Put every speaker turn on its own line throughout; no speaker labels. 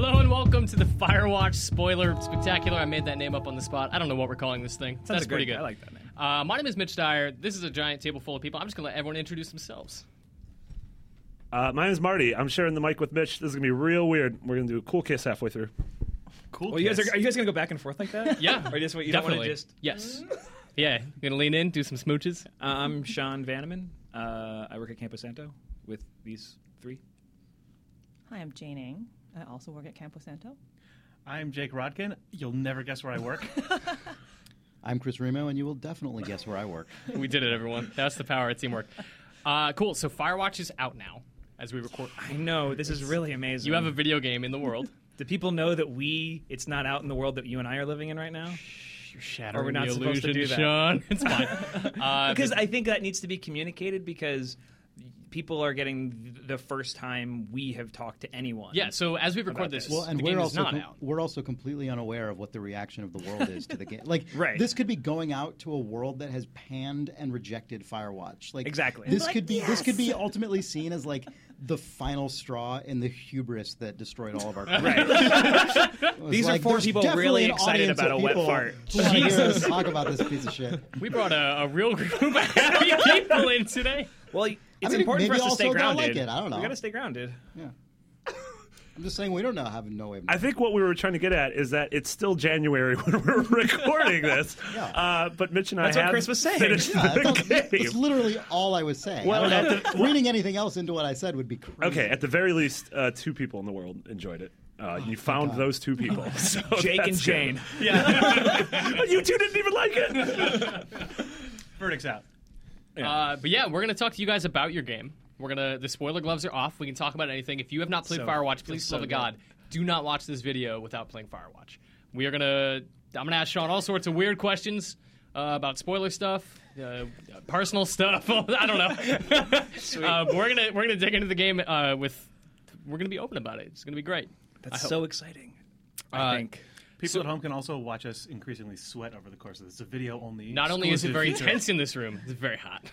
welcome to the Firewatch spoiler spectacular. I made that name up on the spot. I don't know what we're calling this thing.
Sounds
That's pretty
great.
good.
I like that name.
Uh, my name is Mitch Dyer. This is a giant table full of people. I'm just gonna let everyone introduce themselves.
Uh, my name's Marty. I'm sharing the mic with Mitch. This is gonna be real weird. We're gonna do a cool kiss halfway through.
Cool. Well, you guys are, are you guys gonna go back and forth like that?
Yeah,
Or just what you don't
definitely.
want to just.
yes. Yeah, gonna lean in, do some smooches.
Uh, I'm Sean Vanneman. Uh, I work at Campo Santo with these three.
Hi, I'm Jane Ng. I also work at Campo Santo.
I'm Jake Rodkin. You'll never guess where I work.
I'm Chris Remo, and you will definitely guess where I work.
We did it, everyone. That's the power of teamwork. Uh, cool. So Firewatch is out now as we record.
I know this is really amazing.
You have a video game in the world.
Do people know that we? It's not out in the world that you and I are living in right now.
You're shattering
Or we're not
the
supposed to
illusion,
do that.
Sean. It's fine. Uh,
because I think that needs to be communicated because people are getting th- the first time we have talked to anyone.
yeah. So as we
About
record this,
this. Well,
the
we're
game is
also
not
com-
out.
we're also completely unaware of what the reaction of the world is to the game. Like
Right.
this could be going out to a world that has panned and rejected Firewatch. Like
Exactly.
This
Like,
could be this could be
yes!
ultimately seen as like the final straw in the hubris that destroyed all of our.
Right.
It was
These are
like,
four
there's
people
definitely
really
an
excited
audience
about
of
a wet
people
fart.
who wanna hear us talk about this piece of shit.
We brought a, a real group of happy people in today.
well, it's
mean,
important for
maybe
us to stay
also don't like
grounded.
it. I don't know.
We gotta stay grounded.
Yeah. I'm just saying we don't know. Have no way. Of
I think what we were trying to get at is that it's still January when we're recording this.
Yeah.
uh, but Mitch and
That's
I
what
have
Chris was saying.
finished
Yeah,
the
that's, all-
game.
that's literally all I was saying.
Well,
I don't know.
at
reading anything else into what I said would be crazy.
okay, at the very least, uh, two people in the world enjoyed it. Uh, you found those two people, so
Oh, Jake and
that's
Jane.
good. But you two didn't even like it.
Verdict's out.
Uh, but yeah, we're gonna talk to you guys about your game. We're gonna the spoiler gloves are off. We can talk about anything. If you have not played
So-
Firewatch,
feels
please,
so
love of
good.
God, do not watch this video without playing Firewatch. We are gonna. I'm gonna ask Sean all sorts of weird questions uh, about spoiler stuff, uh, personal stuff. I don't know. uh, but we're gonna we're gonna dig into the game uh, with. We're gonna be open about it. It's gonna be great.
That's so exciting. I
Uh,
think.
People at home can also watch us increasingly sweat over the course of this. It's a video only.
Not only is it
exclusive
very
feature.
tense in this room, it's very hot.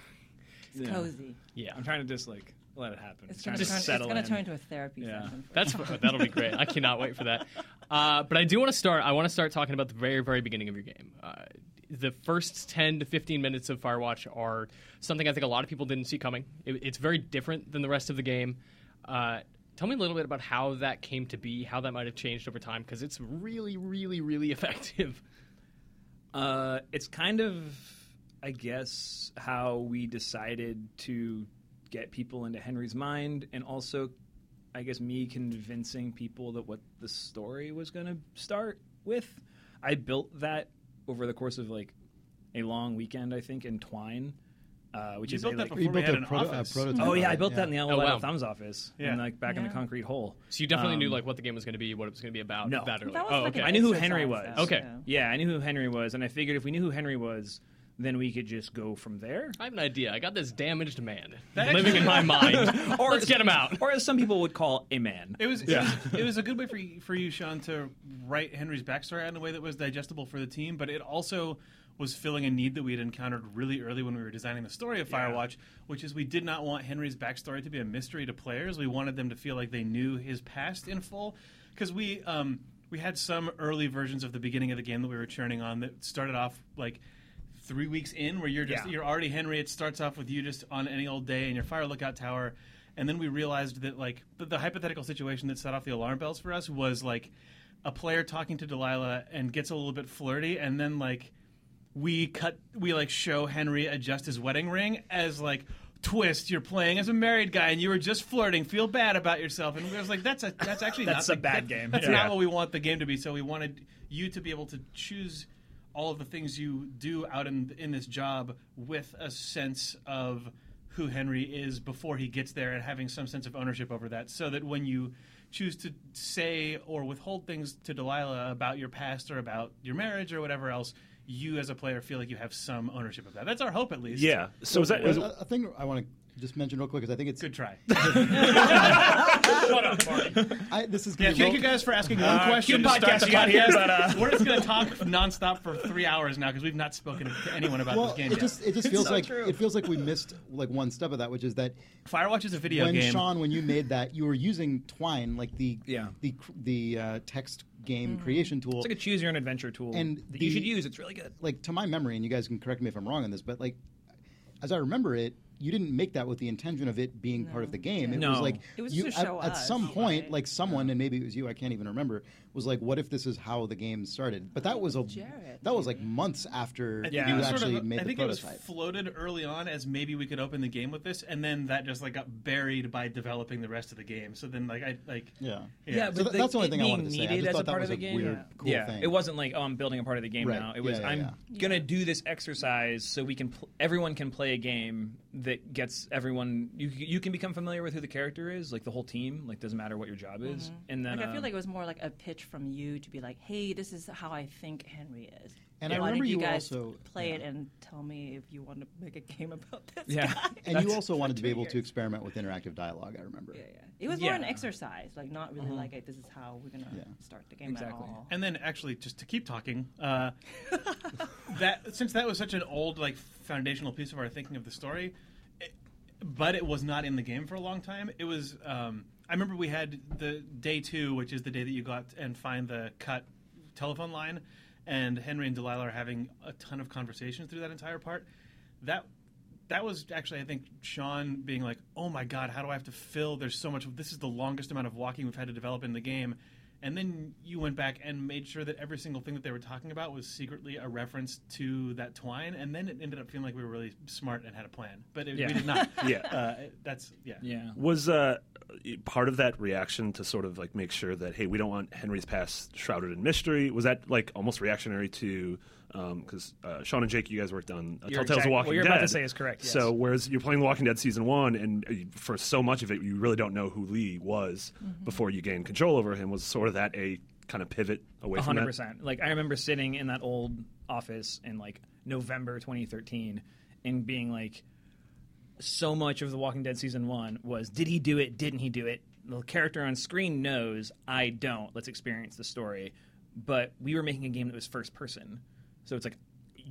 It's cozy.
Yeah.
I'm trying to just like let it happen.
It's
trying
going
to
to turn, it's
settle
gonna
in.
turn into a therapy
Yeah.
session. for
That's that'll be great. I cannot wait for that. Uh, but I do want to start. I want to start talking about the very very beginning of your game. Uh, the first ten to fifteen minutes of Firewatch are something I think a lot of people didn't see coming. It, it's very different than the rest of the game. Uh, tell me a little bit about how that came to be, how that might have changed over time, because it's really really really effective.
Uh, it's kind of, I guess, how we decided to get people into Henry's mind, and also, I guess, me convincing people that what the story was going to start with. I built that over the course of like a long weekend, I think, in Twine, uh, which
You
is
built
a,
that
like,
before we
built
had
a
an
proto- a
office.
prototype.
Oh yeah, I
Right,
built
yeah.
that in the
Oh,
Alabama
wow.
Thumb's office,
Yeah.
and like back in the
Yeah.
concrete hole.
So you definitely
Um,
knew like what the game was going to be, what it was going to be about.
No.
that
That
early.
was
oh,
like
okay.
an
I knew who Henry
exercise,
was.
Okay.
though.
Yeah, I knew who Henry was, and I figured if we knew who Henry was, then we could just go from there.
I have an idea. I got this damaged man living in my mind. or Let's get him out.
Or as some people would call a man.
It was, it, was, it was a good way for you, for you, Sean, to write Henry's backstory out in a way that was digestible for the team, but it also was filling a need that we had encountered really early when we were designing the story of Firewatch, which is we did not want Henry's backstory to be a mystery to players. We wanted them to feel like they knew his past in full, because we um, we had some early versions of the beginning of the game that we were churning on that started off like three weeks in where you're just
Yeah.
you're already Henry. It starts off with you just on any old day in your fire lookout tower, and then we realized that like the, the hypothetical situation that set off the alarm bells for us was like a player talking to Delilah and gets a little bit flirty, and then like we cut we like show Henry adjust his wedding ring as like. Twist! You're playing as a married guy, and you were just flirting. Feel bad about yourself, and I was like, "That's a that's actually
That's
not
a
the-
bad
that-
game.
That's
Yeah.
not what we want the game to be. So we wanted you to be able to choose all of the things you do out in in this job with a sense of who Henry is before he gets there and having some sense of ownership over that so that when you choose to say or withhold things to Delilah about your past or about your marriage or whatever else you as a player feel like you have some ownership of that that's our hope at least
Yeah. So is that? Is,
Well, a, a thing I want to just mention real quick because I think it's
Good try.
I, this is
Yeah,
gonna be
thank you
real-
guys for asking one question.
good
to start
Uh, podcast
the
you got here,
podcast.
but, uh,
We're just going to talk nonstop for three hours now because we've not spoken to anyone about
Well,
this game
it
yet.
just it just feels
so
like
true.
it feels like we missed like one step of that, which is that
Firewatch is a video
when
game.
Sean, when you made that, you were using Twine, like the
Yeah.
the cr- the uh, text game creation tool.
It's like a choose your own adventure tool
And
that you
the-
should use. It's really good.
like to my memory, and you guys can correct me if I'm wrong on this, but like as I remember it, you didn't make that with the intention of it being part of the game. It
No.
was like
It was
you
to
at,
show
at
us,
some point,
right?
like someone, and maybe it was you, I can't even remember, was like, "What if this is how the game started?" But that was a
Oh, Jared,
that was like months after
I think
Yeah.
it
you
was sort
actually
of-
made
I
the
think
prototype.
it was floated early on as maybe we could open the game with this, and then that just like got buried by developing the rest of the game. So then like I like
yeah.
Yeah,
So th- that's the only thing I wanted to say. I just thought that was a weird, cool
yeah,
thing.
it wasn't like oh, I'm building a part of the game
Right.
now. It was
Yeah, yeah,
I'm
yeah.
gonna
Yeah.
do this exercise so we can pl- everyone can play a game that gets everyone. You you can become familiar with who the character is, like the whole team. Like doesn't matter what your job is,
Mm-hmm.
and then
Like, I
um,
feel like it was more like a pitch from you to be like, "Hey, this is how I think Henry is."
And I
Why
remember
did you
you
guys
also-
play
yeah.
it and tell me if you want to make a game about this
Yeah.
guy.
And you also wanted to be
two
able to
years.
experiment with interactive dialogue. I remember.
Yeah, yeah. It was more an
Yeah.
exercise, like not really like a, this is how we're gonna
Yeah.
start the game
Exactly.
at all.
And then, actually, just to keep talking, uh, that since that was such an old, like, foundational piece of our thinking of the story, it, but it was not in the game for a long time. It was. Um, I remember we had the day two, which is the day that you go out and find the cut telephone line, and Henry and Delilah are having a ton of conversations through that entire part. That. That was actually, I think, Sean being like, "Oh my God, how do I have to fill? There's so much. This is the longest amount of walking we've had to develop in the game." And then you went back and made sure that every single thing that they were talking about was secretly a reference to that twine. And then it ended up feeling like we were really smart and had a plan, but it,
Yeah.
we did not.
Yeah.
uh, that's yeah.
yeah.
Was uh, part of that reaction to sort of like make sure that hey, we don't want Henry's past shrouded in mystery? Was that like almost reactionary to because uh, Sean and Jake, you guys worked on uh,
You're
Telltale's
exact-
The Walking
what you're
Dead.
about to say is correct,
So
yes.
whereas you're playing The Walking Dead season one, and uh, you- for so much of it, you really don't know who Lee was
Mm-hmm.
before you gained control over him. Was sort of that a kind of pivot away from
hundred
that?
percent. Like I remember sitting in that old office in like November 2013 and being like, so much of the Walking Dead season one was did he do it? Didn't he do it? The character on screen knows. I don't. Let's experience the story. But we were making a game that was first person, so it's like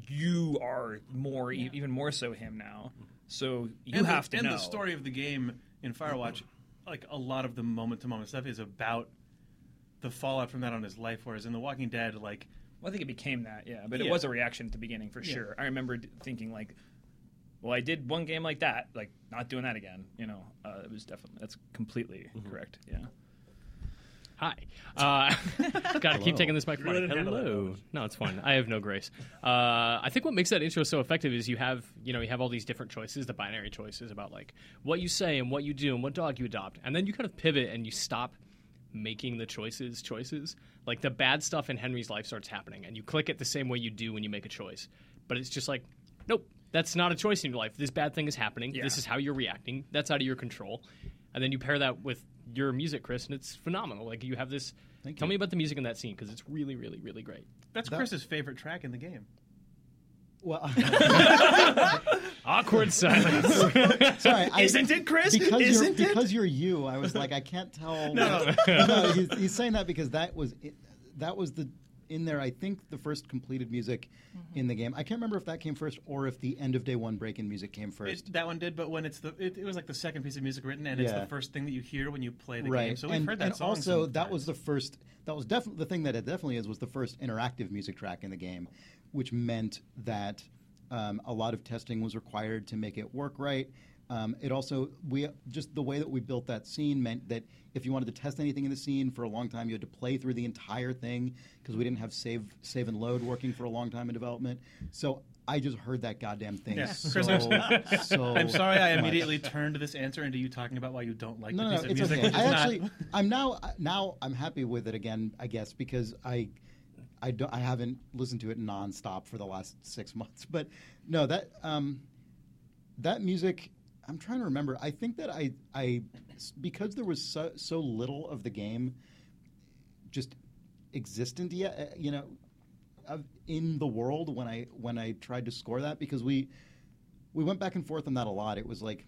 you are more e- even more so him now. So you
and
have
the,
to
and
know
the story of the game in Firewatch, like a lot of the moment to moment stuff is about the fallout from that on his life. Whereas in The Walking Dead, like
Well, I think it became that, yeah. But
Yeah.
it was a reaction at the beginning for sure. I remember d- thinking like, well, I did one game like that, like not doing that again. You know, uh, it was definitely that's completely
Mm-hmm.
correct. Yeah,
Hi. Uh, gotta keep taking this microphone.
really didn't handle that
Hello. No, it's fine. I have no grace. Uh, I think what makes that intro so effective is you have you know you have all these different choices, the binary choices about like what you say and what you do and what dog you adopt, and then you kind of pivot and you stop making the choices choices. Like the bad stuff in Henry's life starts happening, and you click it the same way you do when you make a choice, but it's just like nope. That's not a choice in your life. This bad thing is happening.
Yeah.
This is how you're reacting. That's out of your control. And then you pair that with your music, Chris, and it's phenomenal. Like you have this.
Thank
tell
you.
me about the music in that scene because it's really, really, really great.
that's
That-
Chris's favorite track in the game.
Well,
Awkward silence.
sorry. I,
Isn't it, Chris?
Because
Isn't
you're,
it?
Because you're you. I was like, I can't tell.
No,
No, he's, he's saying that because that was it, that was the in there. I think the first completed music in the game. I can't remember if that came first or if the end of day one break in music came first.
It, that one did, but when it's the it, it was like the second piece of music written, and it's
Yeah.
the first thing that you hear when you play the
right.
game. So we've
and,
heard that
and
song.
also that
sometimes.
was the first. That was definitely the thing that it definitely is was the first interactive music track in the game, which meant that um, a lot of testing was required to make it work right. Um, it also we just the way that we built that scene meant that if you wanted to test anything in the scene for a long time, you had to play through the entire thing because we didn't have save save and load working for a long time in development. So I just heard that goddamn thing.
Yeah.
So,
Chris, I'm
so
I'm sorry, I
much.
immediately turned this answer into you talking about why you don't like
No,
the
no,
piece
no,
of
it's
music.
okay.
which is
I
not-
actually, I'm now, now I'm happy with it again. I guess because I, I don't, I haven't listened to it nonstop for the last six months. But no, that, um, that music. I'm trying to remember. I think that I, I, because there was so, so little of the game, just existent yet. uh, You know, of, in the world when I when I tried to score that because we we went back and forth on that a lot. It was like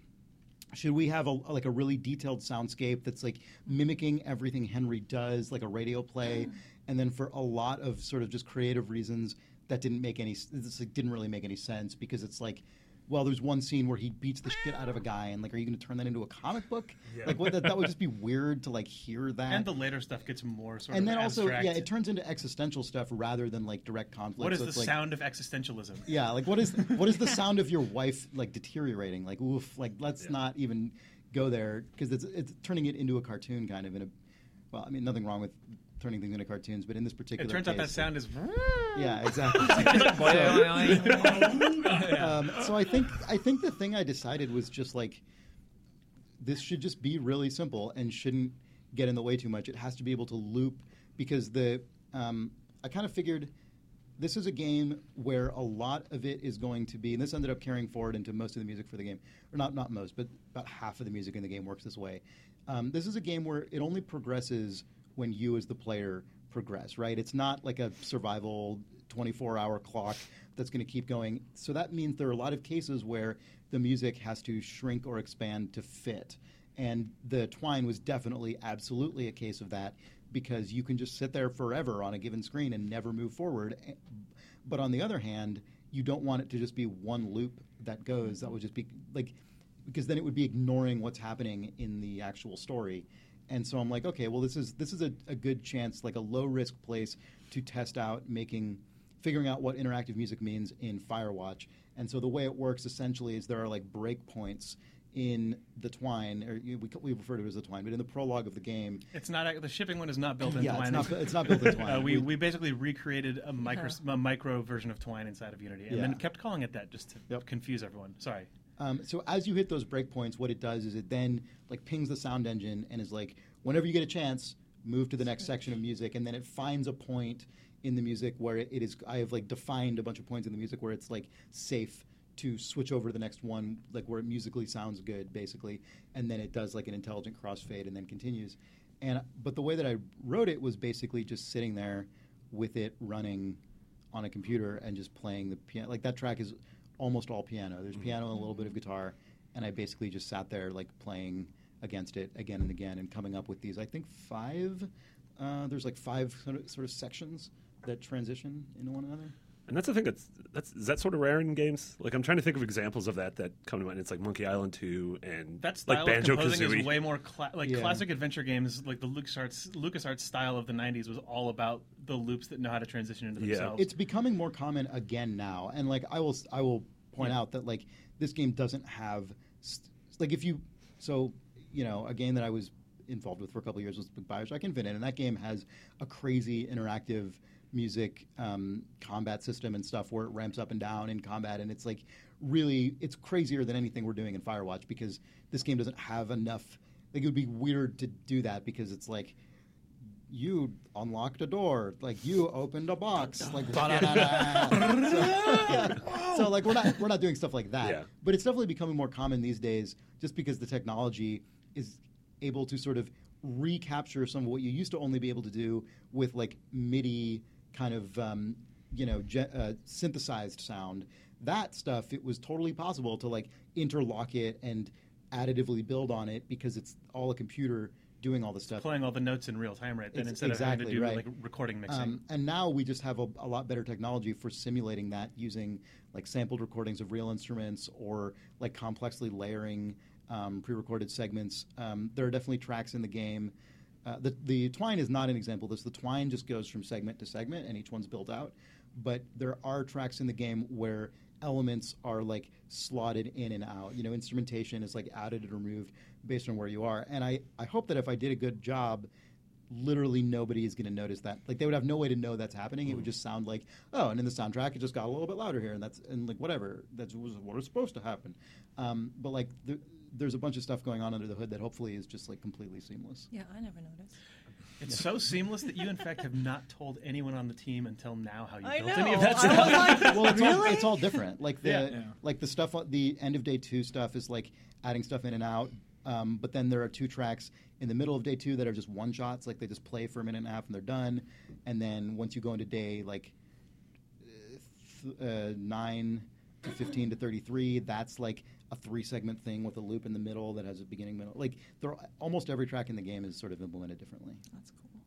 should we have a like a really detailed soundscape that's like mimicking everything Henry does, like a radio play? And then for a lot of sort of just creative reasons, that didn't make any this like, didn't really make any sense because it's like. Well, there's one scene where he beats the shit out of a guy, and like, are you going to turn that into a comic book? Like, what, that, that would just be weird to like hear that.
And the later stuff gets more sort
and
of
then also,
abstract.
yeah, it turns into existential stuff rather than like direct conflict.
what is
So
the
it's like,
sound of existentialism?
yeah, like what is what is the sound of your wife like deteriorating? Like oof, like let's not even go there because it's it's turning it into a cartoon kind of in a well, I mean nothing wrong with turning things into cartoons, but in this particular
It turns out that
case-
sound is.
yeah, exactly.
Yeah.
um, so I think I think the thing I decided was just like this should just be really simple and shouldn't get in the way too much. It has to be able to loop because the um, I kind of figured this is a game where a lot of it is going to be, and this ended up carrying forward into most of the music for the game, or not not most, but about half of the music in the game works this way. Um, this is a game where it only progresses when you as the player progress, right? It's not like a survival 24 hour clock that's going to keep going. So that means there are a lot of cases where the music has to shrink or expand to fit. And the Twine was definitely, absolutely a case of that because you can just sit there forever on a given screen and never move forward. Eh, But on the other hand, you don't want it to just be one loop that goes. That would just be like, because then it would be ignoring what's happening in the actual story. And so I'm like, okay, well, this is this is a, a good chance, like a low risk place to test out making figuring out what interactive music means in Firewatch. And so the way it works essentially is there are like breakpoints in the twine, or you- we, we refer to it as the twine, but in the prologue of the game,
It's not the shipping one is not built in
yeah, it's
Twine.
not, it's not built in twine.
Uh, we, we basically recreated a micro a micro version of Twine inside of Unity, and then
Yeah.
kept calling it that just to
Yep.
confuse everyone. Sorry.
Um, so as you hit those breakpoints, what it does is it then like pings the sound engine and is like, whenever you get a chance, move to the next section of music, and then it finds a point in the music where it is. I have like defined a bunch of points in the music where it's like safe to switch over to the next one, like where it musically sounds good, basically, and then it does like an intelligent crossfade and then continues. And but the way that I wrote it was basically just sitting there with it running on a computer and just playing the piano. Like that track is almost all piano. There's piano and a little bit of guitar, and I basically just sat there like playing against it again and again and coming up with these. I think five. Uh, there's like five sort of, sort of sections that transition into one another.
And that's the thing that's that's is that sort of rare in games. Like I'm trying to think of examples of that that come to mind. It's like Monkey Island 2 and
That style
like
of
Banjo
composing
Kazooie.
is way more cla- like
Yeah.
classic adventure games, like the LucasArts, LucasArts style of the '90s was all about the loops that know how to transition into
Yeah.
themselves.
It's becoming more common again now, and like I will, I will point out that like this game doesn't have st- like if you so you know a game that I was involved with for a couple of years was Bioshock Infinite, and that game has a crazy interactive music um, combat system and stuff where it ramps up and down in combat, and it's like really it's crazier than anything we're doing in Firewatch because this game doesn't have enough. Like it would be weird to do that because it's like you unlocked a door, like you opened a box, like ba-da-da-da. so, yeah. So, like we're not we're not doing stuff like that.
Yeah.
But it's definitely becoming more common these days, just because the technology is able to sort of recapture some of what you used to only be able to do with like MIDI kind of um, you know ge- uh, synthesized sound. That stuff it was totally possible to like interlock it and additively build on it because it's all a computer doing all this stuff.
playing all the notes in real time, right? Then
Ex-
instead of having to
exactly,
do
right.
like recording mixing.
Um, and now we just have a, a lot better technology for simulating that using like sampled recordings of real instruments or like complexly layering um, pre-recorded segments. Um, there are definitely tracks in the game. Uh, the, the twine is not an example. of This the twine just goes from segment to segment, and each one's built out. But there are tracks in the game where elements are like slotted in and out. You know, instrumentation is like added and removed based on where you are. And I, I hope that if I did a good job, literally nobody is going to notice that. Like they would have no way to know that's happening. It would just sound like, oh, and in the soundtrack it just got a little bit louder here, and that's and like whatever. That's was what is supposed to happen. Um, but like th there's a bunch of stuff going on under the hood that hopefully is just like completely seamless.
Yeah, I never noticed.
it's so seamless that you, in fact, have not told anyone on the team until now how you
I
built
know.
any of that stuff.
I was like,
well, it's,
really?
all, it's all different. Like the
Yeah.
Yeah.
like the stuff on- the end of day two stuff is like adding stuff in and out. Um, but then there are two tracks in the middle of day two that are just one shots. Like they just play for a minute and a half and they're done. And then once you go into day like uh, th- uh, nine to fifteen to thirty three, that's like a a three segment thing with a loop in the middle that has a beginning middle. Like they're, almost every track in the game is sort of implemented differently.
That's cool.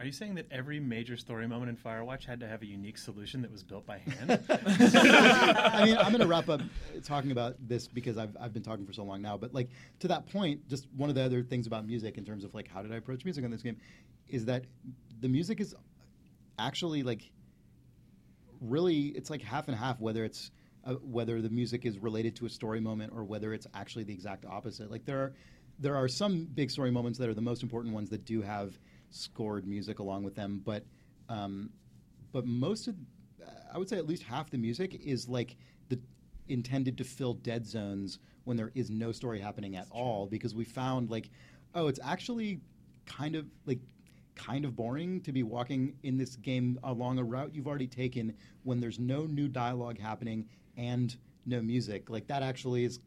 Are you saying that every major story moment in Firewatch had to have a unique solution that was built by hand?
I mean, I'm going to wrap up talking about this because I've, I've been talking for so long now. But like to that point, just one of the other things about music in terms of like how did I approach music on this game is that the music is actually like really it's like half and half whether it's uh, whether the music is related to a story moment or whether it's actually the exact opposite. Like there are there are some big story moments that are the most important ones that do have scored music along with them, but um, but most of I would say at least half the music is like the intended to fill dead zones when there is no story happening at all because we found like oh it's actually kind of like kind of boring to be walking in this game along a route you've already taken when there's no new dialogue happening and no music like that actually is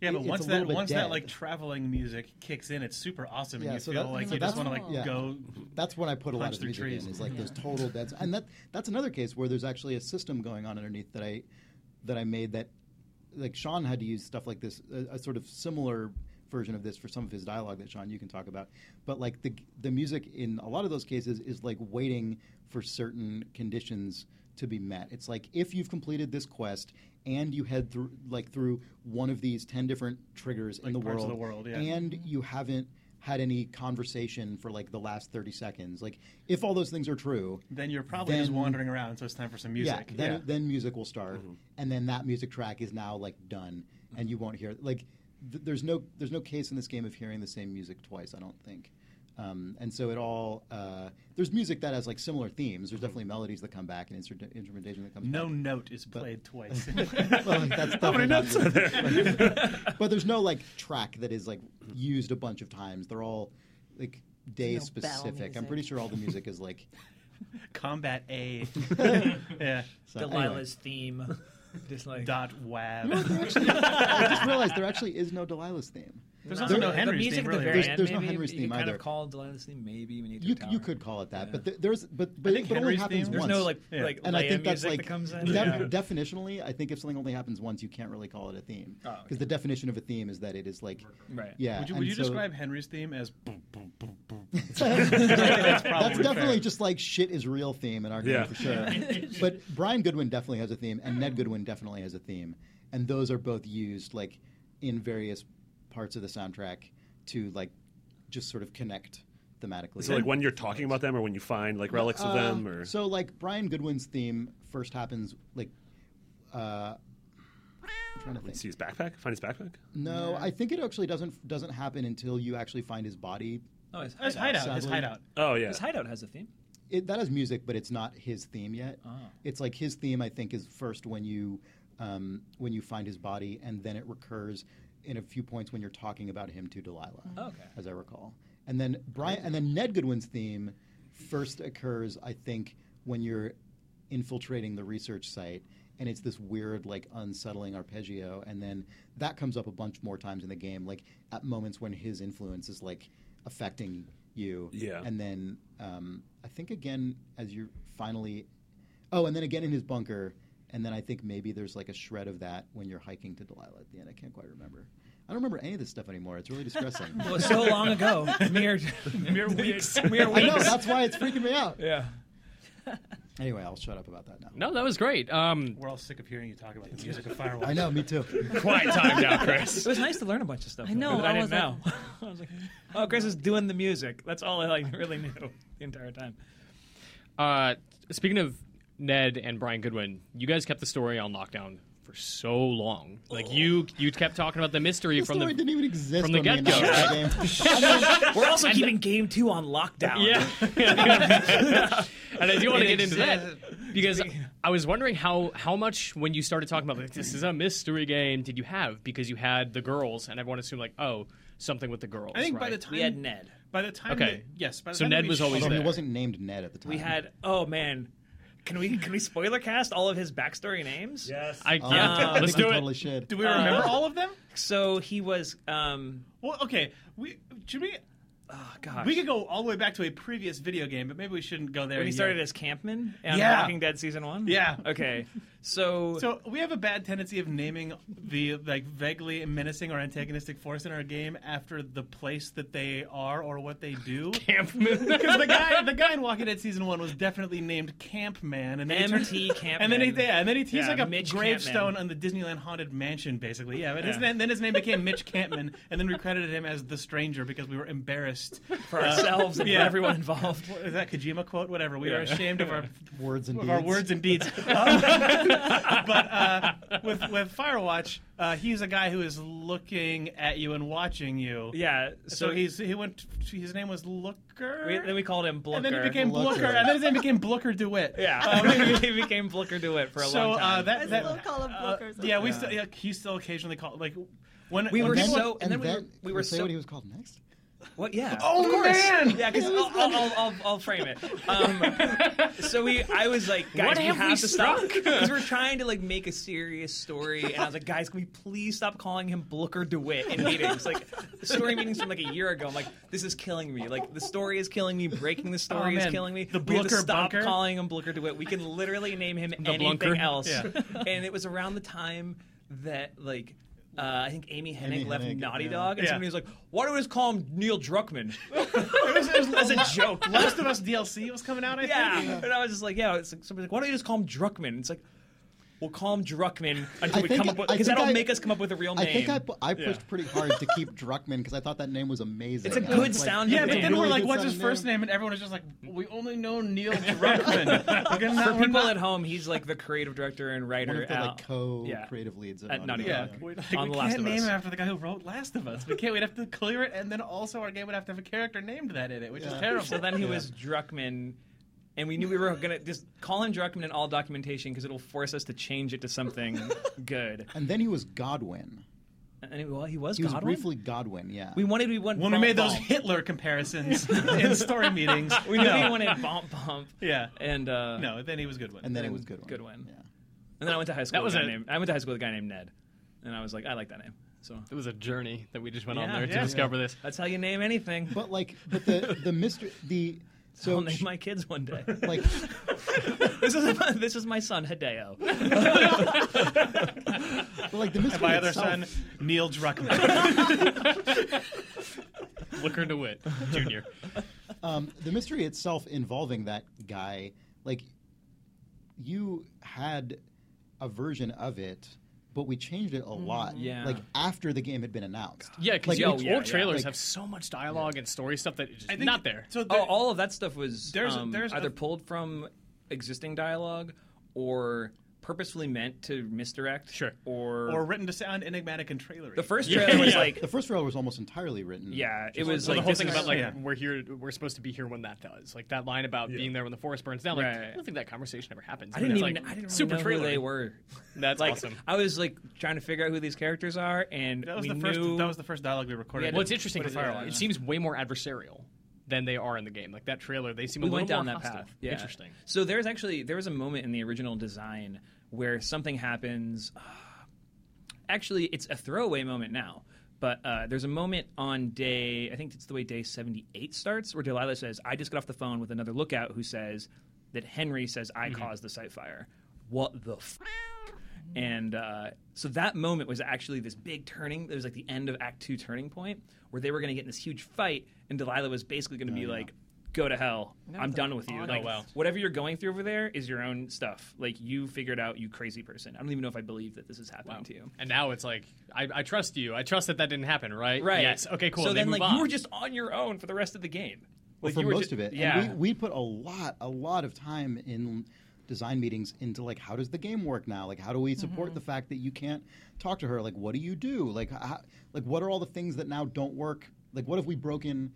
yeah,
It's
but
a
once
little
that
bit
once that
dead.
like traveling music kicks in, it's super awesome,
Yeah,
and you
so
feel
that-
like
so
you just
that's
want to like
cool. Yeah.
go.
that's when I put a lot
Punch
of the
through trees.
music in. Is like those total dead. And that that's another case where there's actually a system going on underneath that I that I made that like Sean had to use stuff like this, a, a sort of similar version of this for some of his dialogue that Sean you can talk about. But like the the music in a lot of those cases is like waiting for certain conditions to be met. It's like if you've completed this quest and you head through like through one of these 10 different triggers in
Like
the
parts
world,
of the world, yeah.
and you haven't had any conversation for like the last 30 seconds like if all those things are true
Then you're probably just
Then-
wandering around, so it's time for some music. Mm-hmm.
yeah, then, then music will start, and then that music track is now like done, and you won't hear like th- there's no there's no case in this game of hearing the same music twice. I don't think, um, and so it all uh, there's music that has like similar themes. There's definitely melodies that come back and instru- instrumentation that comes.
Mm-hmm. no
back.
note is played twice.
Well, like, that's
How many
definitely not
notes are there?
but there's no like track that is like used a bunch of times. They're all like day
No bell
specific. I'm
music.
pretty sure all the music is like
Combat A. yeah.
so, anyway.
Delilah's theme.
Just like
Dot wab.
I just realized there actually is no Delilah's theme.
There's also no
the
Henry's
music
theme,
at the
really,
very
right?
end,
There's- there's no
maybe.
Henry's
you
theme
can kind
either.
of call Delilah's theme maybe. We need to
You,
tower.
you could call it that,
Yeah.
but th- there's but but,
think
it only
Henry's
happens
theme-
once.
There's no like
Yeah.
like
and I
Leia
think that's
music
like
that comes in.
def-
Yeah.
definitionally, I think if something only happens once, you can't really call it a theme because the definition of a theme is that it is like
Right.
yeah.
Would you,
and
would you
so-
describe Henry's theme as boom, boom, boom, boom? That's
that's,
probably
definitely
fair.
just like shit is real theme in our game
Yeah.
for sure. but Brian Goodwin definitely has a theme, and Ned Goodwin definitely has a theme, and those are both used like in various parts of the soundtrack to like just sort of connect thematically.
So like when you're talking about them, or when you find like relics of them, or
Uh, So like Brian Goodwin's theme first happens like uh I'm trying to
when you
think.
see his backpack, find his backpack.
No, I think it actually doesn't doesn't happen until you actually find his body.
Oh, it's
his hideout. His
Sadly.
hideout.
Oh yeah,
His hideout has a theme.
It, that is music, but it's not his theme yet.
Oh.
It's like his theme I think is first when you um, when you find his body and then it recurs in a few points when you're talking about him to Delilah.
Oh,
Okay.
As I recall. And then Brian and then Ned Goodwin's theme first occurs I think when you're infiltrating the research site and it's this weird like unsettling arpeggio and then that comes up a bunch more times in the game like at moments when his influence is like affecting you
Yeah.
and then um, i think again as you're finally oh and then again in his bunker and then i think maybe there's like a shred of that when you're hiking to delilah at the end i can't quite remember i don't remember any of this stuff anymore it's really distressing
It was so long ago. Mere mere weeks. Mere
i know
weeks.
that's why it's freaking me out
Yeah.
anyway i'll shut up about that now
No, that was great. Um,
We're all sick of hearing you talk about the music of Firewatch.
i know me too
quiet time now,
It
Chris.
was nice to learn a bunch of stuff.
I
though,
know,
That
I
I, didn't
was
know.
like-
I was like, oh, Chris is doing the music. That's all I like really knew the entire time.
Uh, speaking of Ned and Brian Goodwin, you guys kept the story on lockdown for so long. Like you,
Oh.
you kept talking about the mystery
the
from
story
the
didn't even exist
from the
when we
get-go,
announced the game.
We're also keeping game two on lockdown.
Yeah. and I do want to get into that because I was wondering how how much when you started talking about like this is a mystery game did you have because you had the girls and everyone assumed like oh something with the girls.
I think by
right?
the time
We had Ned.
By the time.
Okay.
that- yes. By the
So
time that
Ned
we
was always
shot-
Although
there.
he wasn't named ned at the time
We had oh man. Can we can we spoiler cast all of his backstory names?
yes.
I,
Oh,
yeah,
I think
let's
we
do it.
Totally should.
Do we remember all of them?
So he was um
Well, okay. We should we.
oh gosh.
We could go all the way back to a previous video game, but maybe we shouldn't go there.
when he
yet.
started as Campman on
Yeah.
Walking Dead season one?
Yeah.
Okay.
So,
So we have a bad tendency of naming the like vaguely menacing or antagonistic force in our game after the place that they are or what they do.
Camp Moon.
Because the guy, the guy in Walking Dead season one was definitely named Camp Man, and then he turns-
MT Camp
and then he,
Man.
yeah, and then he, he's
Yeah,
like a
Mitch
gravestone
Campman.
on the Disneyland haunted mansion, basically. Yeah, but his
Yeah.
name- then his name became Mitch Campman, and then we credited him as the stranger because we were embarrassed
for ourselves and
yeah.
for everyone involved.
What is that Kojima quote? Whatever. We are ashamed of our
Words and
of our
deeds.
words and deeds. Um, but uh, with with Firewatch, uh, he's a guy who is looking at you and watching you.
Yeah.
So, he's he went. His name was Looker.
We, then we called him Blooker.
and then it became Blooker.
Looker.
and then his name became Blooker Dewitt. Uh,
yeah. he became Blooker Dewitt for a
So
long time.
uh, that
I still
that
call him
uh,
Booker.
yeah, we still yeah, he still occasionally called like when
We
when
were
And
people-
so- and
and
then we were-
then
we
we
were
were say
so-
what he was called next.
What? Yeah.
Oh,
of course.
man!
Yeah, because I'll, I'll, I'll, I'll, I'll frame it. Um, so we, I was like, guys,
What
we
have
have,
we
to stop
struck?
because we're trying to like make a serious story, and I was like, guys, can we please stop calling him Blooker Dewitt in meetings? Like, story meetings from like a year ago. I'm like, this is killing me. Like, the story is killing me. Breaking the
Oh,
story is
man.
killing me.
The
we have to
Blooker
stop
Bunker?
calling him Blooker Dewitt. We can literally name him anything
Blunker?
else.
Yeah.
And it was around the time that like. Uh, I think Amy Hennig
Amy
left
Hennig,
Naughty
yeah.
Dog, and
Yeah.
somebody was like, "Why don't we just call him Neil Druckmann?"
it was, it was
That's a joke.
Last of Us DLC was coming out. I
Yeah.
think.
And I was just like, yeah, it's like, somebody's like, why don't you just call him Druckman? It's like, we'll call him Druckman until
I
we
think-
come up with,
I
because
think
that'll
I-
make us come up with a real
I
name.
think I, pu- I pushed pretty hard to keep Druckman because I thought that name was amazing.
It's a
I
good
was like,
sound
Yeah,
name.
but
It's a
then we're
really
like,
good
what's his
sounding
first
name.
name? And everyone was just like, we only know Neil Druckmann. We're not-
For
we're
people
not-
at home, he's like the creative director and writer
One of the like
at- yeah.
co-creative leads of
At Naughty
Yeah,
Dog.
we, like,
On
we
The Last
can't
of
name
Us.
him after the guy who wrote Last of Us. We can't. We'd have to clear it, and then also our game would have to have a character named that in it, which is
Yeah.
terrible.
So then he was Druckman, and we knew we were going to just call him Druckman in all documentation because it'll force us to change it to something good.
And then he was Godwin.
And it- well, he was
He was
Godwin.
briefly Godwin. Yeah.
we wanted, we wanted
when we
Bump
made those
Bump.
Hitler comparisons in story meetings.
We knew
no.
we wanted Bump Bump.
Yeah.
And, uh,
No, then he was good one.
and then it was
Goodwin.
Goodwin.
Goodwin.
Yeah.
And then I went to high school.
That
with
was
a guy
a-
named, I went to high school with a guy named Ned, and I was like, I like that name. So
It was a journey that we just went on
Yeah,
there
yeah.
to discover this.
that's how you name anything.
But like, but the the mystery the
I'll
so
name
sh-
my kids one day.
like
this is my, this is my son Hideo.
but, like the mystery.
my other
itself-
son, Neil Druckmann.
Looker DeWitt Jr.
um, the mystery itself involving that guy, like you had a version of it, but we changed it a lot.
Yeah.
Like after the game had been announced.
Yeah, because
Like,
the
oh,
old
yeah, yeah.
trailers
Like-
have so much dialogue and story stuff that it's just not there.
So
Oh,
there-
all of that stuff was
There's-
um,
there's
either
a-
pulled from existing dialogue or purposefully meant to misdirect.
Sure.
Or,
or written to sound enigmatic and trailery.
the first
Yeah.
trailer was
Yeah.
like,
The first trailer was almost entirely written.
yeah, it
Just
was
So
like
the whole
this
thing
is-
about like
yeah.
we're here, we're supposed to be here when that does. Like that line about being there when the forest burns down. Like
Right.
I don't think that conversation ever happens.
I didn't
It's
even
like,
I didn't really
super
know
trailer.
who they were.
That's
like,
awesome.
I was like trying to figure out who these characters are, and
that was
we
the first.
knew
That was the first dialogue we recorded.
Yeah,
Well, it's interesting
What is
because
it?
it seems way more adversarial than they are in the game. Like that trailer, they seem a
we
little
went down
more
that
hostile.
path. Yeah.
Interesting.
So there's actually there was a moment in the original design where something happens. Actually, it's a throwaway moment now, but uh, there's a moment on day I think it's the way day 78 starts where Delilah says, "I just got off the phone with another lookout who says that Henry says I caused the site fire." What the f- and uh, so that moment was actually this big turning. It was like the end of Act Two turning point where they were going to get in this huge fight, and Delilah was basically going to be like, "Go to hell! I'm done with you. Like,
wow.
whatever you're going through over there is your own stuff. Like, you figured out, you crazy person. I don't even know if I believe that this is happening to you."
And now it's like I, I trust you. I trust that that didn't happen, right?
Right.
Yes. Okay. Cool.
So
They
then,
move
like,
on.
you were just on your own for the rest of the game. Like,
for
you were
most
just-
of it. And
Yeah.
we, we put a lot, a lot of time in design meetings into like how does the game work now? Like how do we support
Mm-hmm.
the fact that you can't talk to her? Like what do you do? Like how, like what are all the things that now don't work? Like what have we broken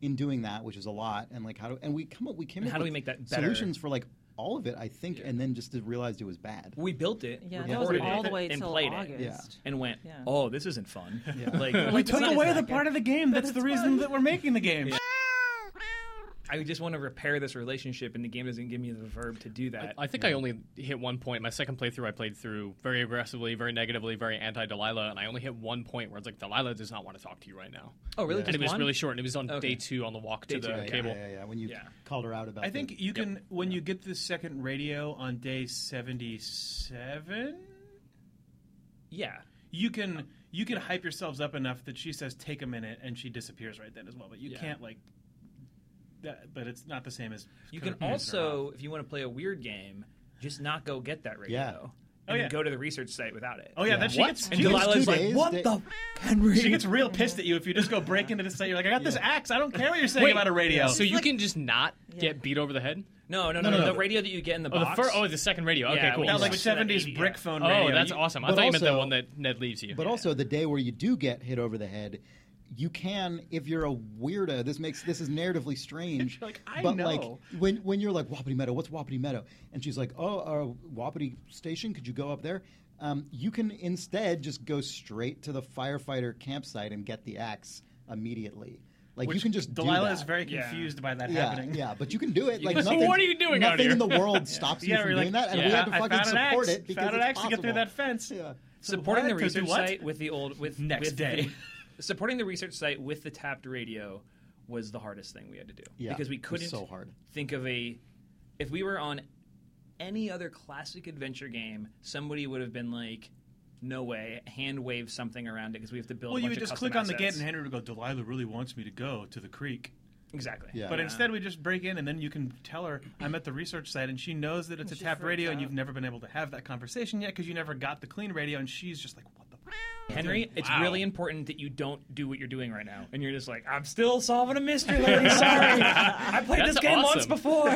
in doing that, which is a lot? And like how do and we come up we came
And
up
how do
with
we make that better?
solutions for like all of it, I think, and then just realized it was bad.
we built it.
Yeah, that was
recorded
all
it,
the way
and
till
played
August.
it.
Yeah.
And went,
Yeah.
oh, this isn't fun.
Yeah.
Like,
We
Like,
took
it's not
away
as
the
bad.
part of the game. That's the reason that we're making the game.
I just want to repair this relationship, and the game doesn't give me the verb to do that.
I think I only hit one point. My second playthrough, I played through very aggressively, very negatively, very anti Delilah, and I only hit one point where it's like Delilah does not want to talk to you right now.
oh, really?
and
Yeah.
Just
it was
one?
really short, and it was on
Okay.
day two on the walk
Day
to
two,
the
yeah,
cable.
Yeah, yeah, yeah. When you
Yeah.
called her out about
I think
the,
you can when you get the second radio on day seventy-seven.
yeah.
You can you can hype yourselves up enough that she says take a minute and she disappears right then as well. But you
Yeah.
can't like that. But it's not the same as
You
kind
can
of pissing her off.
also, if you want to play a weird game, just not go get that radio.
Yeah.
And
Oh, yeah.
then go to the research site without it.
Oh yeah,
Yeah.
that she
What?
gets
And
she gets-
Delilah-
Delilah's
two
like,
days,
"What
they-
the f- Henry?"
she gets real pissed at you if you just go break into the site. You're like, I got this axe. I don't care what you're saying about a radio.
So you
like-
can just not
Yeah.
get beat over the head?
no, no, no, no,
no,
The
no.
radio that you get in the
Oh, the
box.
fir- oh, the second radio. Okay,
Yeah,
cool.
when
that
you
like
switch to that
seventies
80,
brick
yeah.
phone radio.
oh, that's
You-
awesome. I
but
thought you meant
also-
the one that Ned leaves you.
But also the day where you do get hit over the head, you can if you're a weirdo. This makes this is narratively strange.
You're like, "I
but like
know."
when when you're like Wapiti Meadow, what's Wapiti Meadow? And she's like, oh, uh, Wapiti Station. Could you go up there? Um, you can instead just go straight to the firefighter campsite and get the axe immediately. Like you
Which
can just do
Delilah
that.
is very
Yeah.
confused by that
yeah,
happening.
yeah, but you can do it. like
can-
nothing,
What are you doing out
Nothing
here?
in the world stops you
Yeah,
from
we're
doing
like,
that, and
yeah,
we had to
I
fucking
found an
support
axe.
it because
found an
it's
axe to get through
possible.
that fence.
Yeah.
supporting the
What? 'Cause
research
what?
site with the old with
Next
with
day.
the- supporting the research site with the tapped radio was the hardest thing we had to do
Yeah,
because we
it was
couldn't
so hard.
think of a if we were on any other classic adventure game somebody would have been like no way hand wave something around it because we have to build
Well,
a
you
bunch
would
of
just
custom
click on the gate,
assets.
and Henry would go. Delilah really wants me to go to the creek.
exactly
Yeah.
But instead, we just break in, and then you can tell her I'm at the research site, and she knows that it's a
She
tap
freaks
radio, and
out.
you've never been able to have that conversation yet because you never got the clean radio, and she's just like, "What the?" F-?
Henry, it's
Wow.
really important that you don't do what you're doing right now. And you're just like, I'm still solving a mystery, lady. Sorry. I played
That's
this game once
awesome.
before.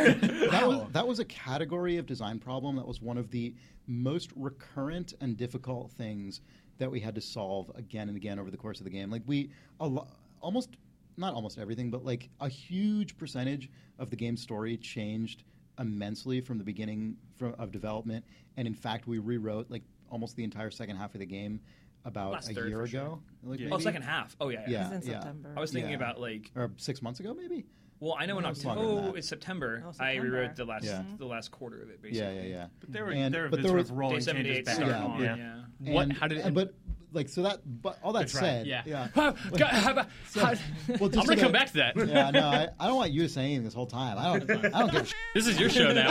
that was that was a category of design problem that was one of the most recurrent and difficult things that we had to solve again and again over the course of the game. Like we a lo- almost not almost everything, but like a huge percentage of the game's story changed immensely from the beginning from, of development. And in fact, we rewrote like almost the entire second half of the game about
Last
a
third,
year
for
ago.
sure.
Like
Yeah.
oh,
maybe?
second half. Oh, yeah.
Yeah,
It was in
yeah.
September.
I was thinking
Yeah.
about like
or six months ago, maybe.
Well, I know in
No, it's longer than
October,
that.
it's September,
Oh,
I
September.
rewrote the last
Yeah.
the last quarter of it
Yeah,
basically.
yeah, yeah.
But there were
And-
there have
but
been
there
sort
was-
of rolling
Day seventy
changes
eight
back
started
and
on,
forth.
yeah.
yeah.
What-
And-
how did it-
and- but like so that but all that
That's right.
said
yeah.
yeah
Wow, God, how about- how-
Well, just
I'm going
so
to come
that-
back to that.
yeah no I, I don't want you to say anything this whole time I don't I don't give a shit.
This is your show now.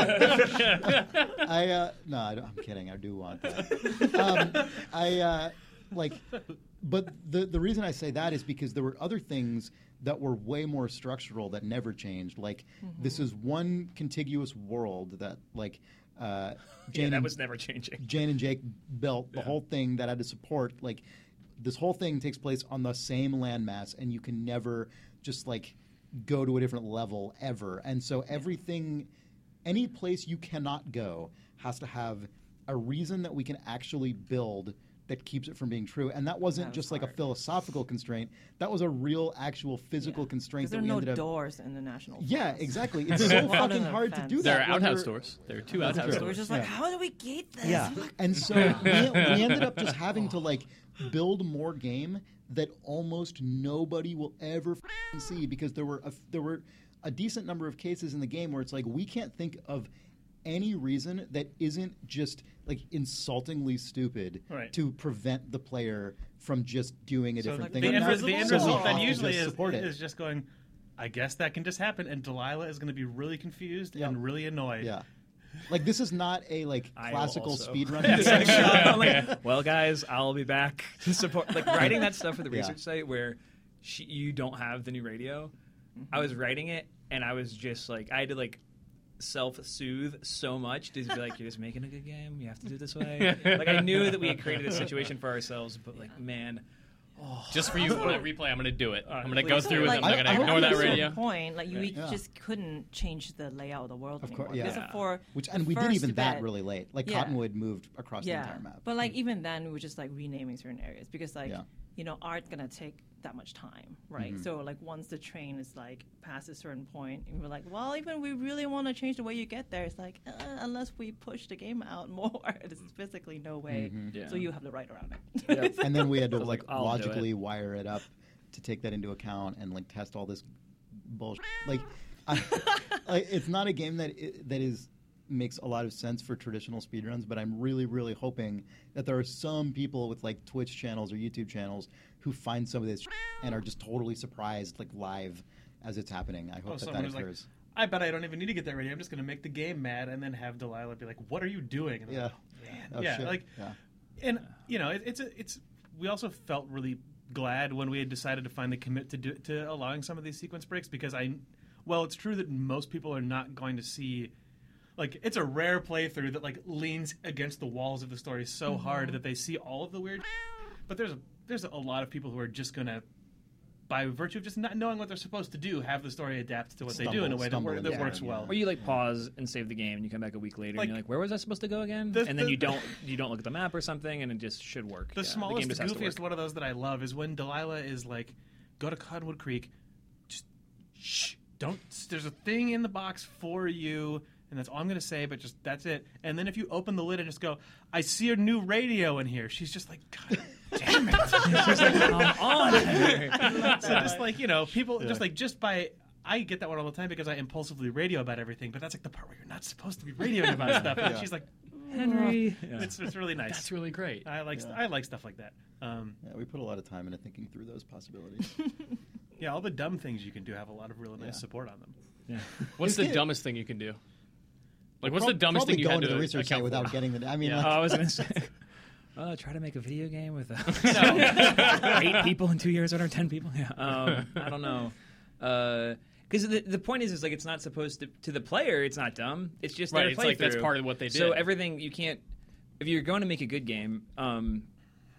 I uh, no I don't, I'm kidding I do want that um, I uh, like but the the reason I say that is because there were other things that were way more structural that never changed like
Mm-hmm.
this is one contiguous world that like uh, Jane
Yeah, that
and-
was never changing.
Jane and Jake built the whole thing that had to support. Like this whole thing takes place on the same landmass, and you can never just like go to a different level ever. And so everything, any place you cannot go, has to have a reason that we can actually build that keeps it from being true. And that wasn't
That was
just like a
hard.
philosophical constraint. That was a real, actual physical
Because
constraint that
there are
we
no
ended up.
doors in the national.
Yeah,
forest.
exactly. It's so
Well,
fucking
no,
hard to
fence.
do that.
there are
when
outhouse
you're-
doors. There are two
That's
outhouse
true.
So we're
doors.
just like,
Yeah.
how do we gate this?
Yeah. And so we, we ended up just having to like build more game that almost nobody will ever f see because there were a, there were a decent number of cases in the game where it's like we can't think of any reason that isn't just like insultingly stupid
Right.
to prevent the player from just doing a different
The
thing.
end,
And
res-
that's
the end
so
result
often
then
just
usually is,
support it.
is just going. I guess that can just happen, and Delilah is going to be really confused
Yeah.
and really annoyed.
yeah. Like this is not a like
I will
classical
also.
speedrun.
I'm like, well, guys, I'll be back to support. Like writing that stuff for the
Yeah.
research site where she, you don't have the new radio. I
Mm-hmm.
was writing it, and I was just like, I had to like self-soothe so much to be like, you're just making a good game. You have to do it this way. like I knew that we had created this situation for ourselves, but like, man,
Just for you, when I replay, I'm going to do it. I'm going to go
please.
So,
through with
like,
them. I'm
I- I
going to ignore
hope
that
at
you
a certain
radio.
Point, like you we
Yeah.
just couldn't change the layout of the world.
Of course,
anymore.
yeah.
Because
Yeah.
for
Which
the
and we did
first
even that
bit-
really late. Like
Yeah.
Cottonwood moved across
yeah.
the entire map. Hmm.
But like even then, we were just like renaming certain areas because like
Yeah. Mm-hmm.
you know art gonna take that much time, right? So like once the train is like past a certain point, and we're like, well, even we really want to change the way you get there. It's like uh, unless we push the game out more, there's physically no way.
Yeah.
So you have to write around it.
Mm-hmm. and then we had to
was
like,
like, I'll do
logically wire it up to take that into account and like test all this bullshit. Like I, like, it's not a game that i- that is makes a lot of sense for traditional speedruns, but I'm really, really hoping that there are some people with like Twitch channels or YouTube channels who find some of this and are just totally surprised, like live as it's happening. I hope
Oh,
that
someone
that
was like,
occurs.
I bet I don't even need to get that ready. I'm just going to make the game mad and then have Delilah be like, "What are you doing?" And I'm
yeah.
like, "Oh, man."
Oh,
yeah,
shit.
like,
Yeah.
and you know, it, it's a, it's. We also felt really glad when we had decided to finally commit to do, to allowing some of these sequence breaks because I, well, it's true that most people are not going to see. Like it's a rare playthrough that like leans against the walls of the story so hard that they see all of the weird, but there's a, there's a lot of people who are just gonna, by virtue of just not knowing what they're supposed to do, have the story adapt to what they do in a
Stumble-
way that, wor-
stumble
that
into
works
it, yeah.
well.
Or
Or you like pause and save the game, and you come back a week later,
Like,
and you're like, "Where was I supposed to go again?"
the-
and then
the-
you don't you don't look at the map or something, and it just should work.
The
Yeah,
smallest,
game just
the
has to
goofiest
work.
one of those that I love is when Delilah is like, "Go to Cottonwood Creek, just shh, don't." There's a thing in the box for you, and that's all I'm gonna say. But just that's it. And then if you open the lid and just go, "I see a new radio in here," she's just like, "God damn it!"
Come on.
so just like you know, people just like just by. I get that one all the time because I impulsively radio about everything, but that's like the part where you're not supposed to be radioing about stuff. And she's like,
Henry.
it's, it's really nice.
That's really great.
I like I like stuff like that. Um,
Yeah, we put a lot of time into thinking through those possibilities.
Yeah, all the dumb things you can do have a lot of really nice support on them.
What's the
It's-
dumbest thing you can do? Like, what's the
Prob-
dumbest
probably
thing you
go
had
into
to
the research site
account
without
for?
getting the. I mean,
Yeah.
Oh,
like,
I was gonna say. Uh, try to make a video game with uh, eight people in two years, or ten people. Yeah, um, I don't know. Because the, the point is, is like it's not supposed to to the player. It's not dumb. It's just
Right,
Their
it's like that's
playthrough.
part of what they
So
did.
everything you can't. If you're going to make a good game, um,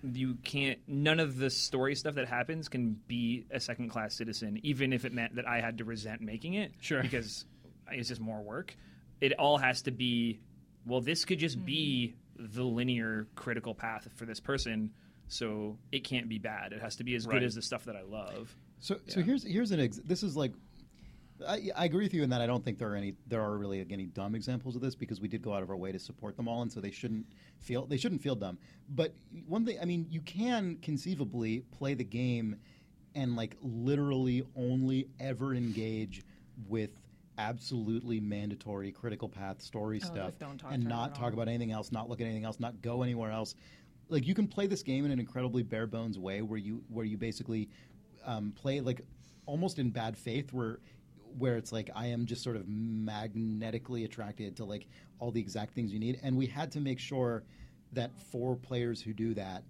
you can't. None of the story stuff that happens can be a second class citizen, even if it meant that I had to resent making it.
Sure.
Because it's just more work. It all has to be. Well, this could just be
Mm-hmm.
the linear critical path for this person, so it can't be bad. It has to be as
Right.
good as the stuff that I love.
So, so here's here's an ex- this is like I, I agree with you in that I don't think there are any there are really like, any dumb examples of this because we did go out of our way to support them all and so they shouldn't feel they shouldn't feel dumb. But one thing I mean you can conceivably play the game and like literally only ever engage with absolutely mandatory critical path story
Oh,
stuff
like, don't talk
and
to him
not
at
talk
all.
about anything else, not look at anything else, not go anywhere else. Like you can play this game in an incredibly bare bones way where you where you basically um, play like almost in bad faith where where it's like I am just sort of magnetically attracted to like all the exact things you need. And we had to make sure that for players who do that,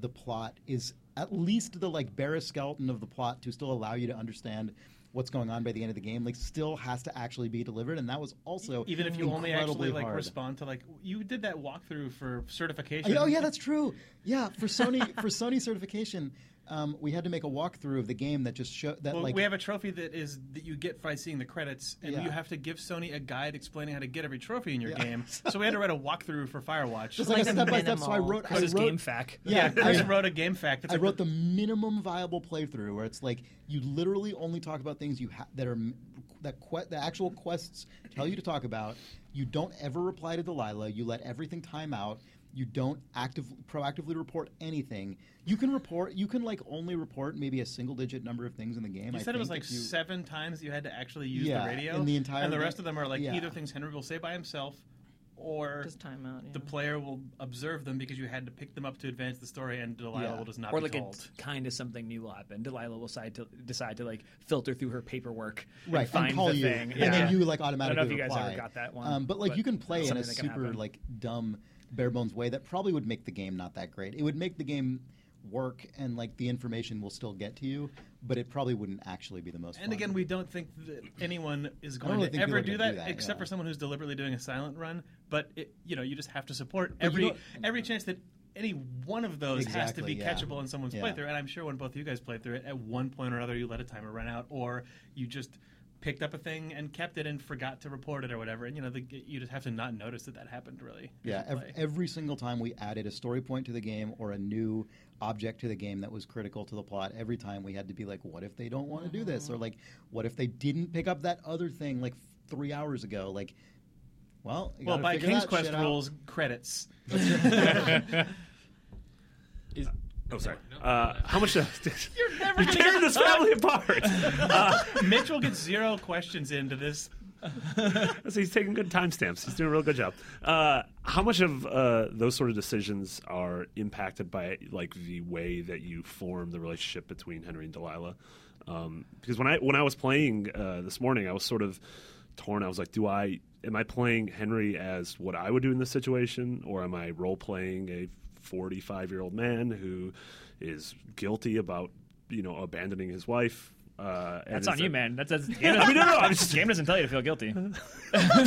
the plot is at least the like barest skeleton of the plot to still allow you to understand what's going on by the end of the game like still has to actually be delivered and that was also
Even if you only
incredibly
actually like
hard.
respond to like you did that walkthrough for certification.
Oh yeah, that's true. Yeah, for Sony for Sony certification, um, we had to make a walkthrough of the game that just show that
Well,
like
we have a trophy that is that you get by seeing the credits, and
Yeah.
you have to give Sony a guide explaining how to get every trophy in your game. So we had to write a walkthrough for Firewatch.
just like,
like
a
a
step by step. So I
minimal
wrote, I
This is
wrote,
game fac.
yeah,
yeah,
Chris
I-
wrote a game fact. That's
I
like
wrote the minimum viable playthrough where it's like you literally only talk about things you ha- that are m- that que- the actual quests tell you to talk about. You don't ever reply to Delilah. You let everything time out. You don't active proactively report anything. You can report. You can like only report maybe a single digit number of things in the game.
You
I
said it was
think,
like
if you-
seven times you had to actually use
Yeah,
the radio,
in the entire
and the
game.
rest of them are like
Yeah.
either things Henry will say by himself, or
Just time out. Yeah.
the player will observe them because you had to pick them up to advance the story, and Delilah
Yeah.
will just not
or
be
like
told.
a kind of something new will happen. Delilah will decide to decide to like filter through her paperwork,
right
And find
and call
the
you
thing,
and
yeah.
then you like
I
automatically
don't know if you guys
reply.
ever got that one,
um, but like you can play in a
something that can
super
happen.
like dumb bare bones way that probably would make the game not that great it would make the game work and like the information will still get to you but it probably wouldn't actually be the most
And
fun.
again, we don't think that anyone is
don't
going
really
to
think
ever
people are
do that,
gonna do that,
except
yeah.
for someone who's deliberately doing a silent run. But it, you know, you just have to support
you
every
don't-
every chance that any one of those has to
Exactly,
be
yeah.
catchable in someone's
Yeah.
playthrough. And I'm sure when both of you guys played through it, at one point or another, you let a timer run out, or you just picked up a thing and kept it and forgot to report it or whatever. And you know, the, you just have to not notice that that happened. Really, as
yeah
you
every,
play.
every single time we added a story point to the game or a new object to the game that was critical to the plot every time we had to be like what if they don't want to do this or like what if they didn't pick up that other thing like three hours ago like well you
well,
gotta
by
figure
King's
that
Quest
shit out.
rules, credits.
Is,
Oh, sorry. Uh, how much? Does, you're
never gonna
tearing
get
this family apart.
Mitch will get zero questions into this.
So he's taking good timestamps. He's doing a real good job. Uh, how much of uh, those sort of decisions are impacted by like the way that you form the relationship between Henry and Delilah? Um, because when I when I was playing uh, this morning, I was sort of torn. I was like, do I am I playing Henry as what I would do in this situation, or am I role playing a forty five year old man who is guilty about you know abandoning his wife? Uh, and
That's
is
on you,
that-
man. That's, that's game
I mean, no, no, I'm
doesn't- game doesn't tell you to feel guilty.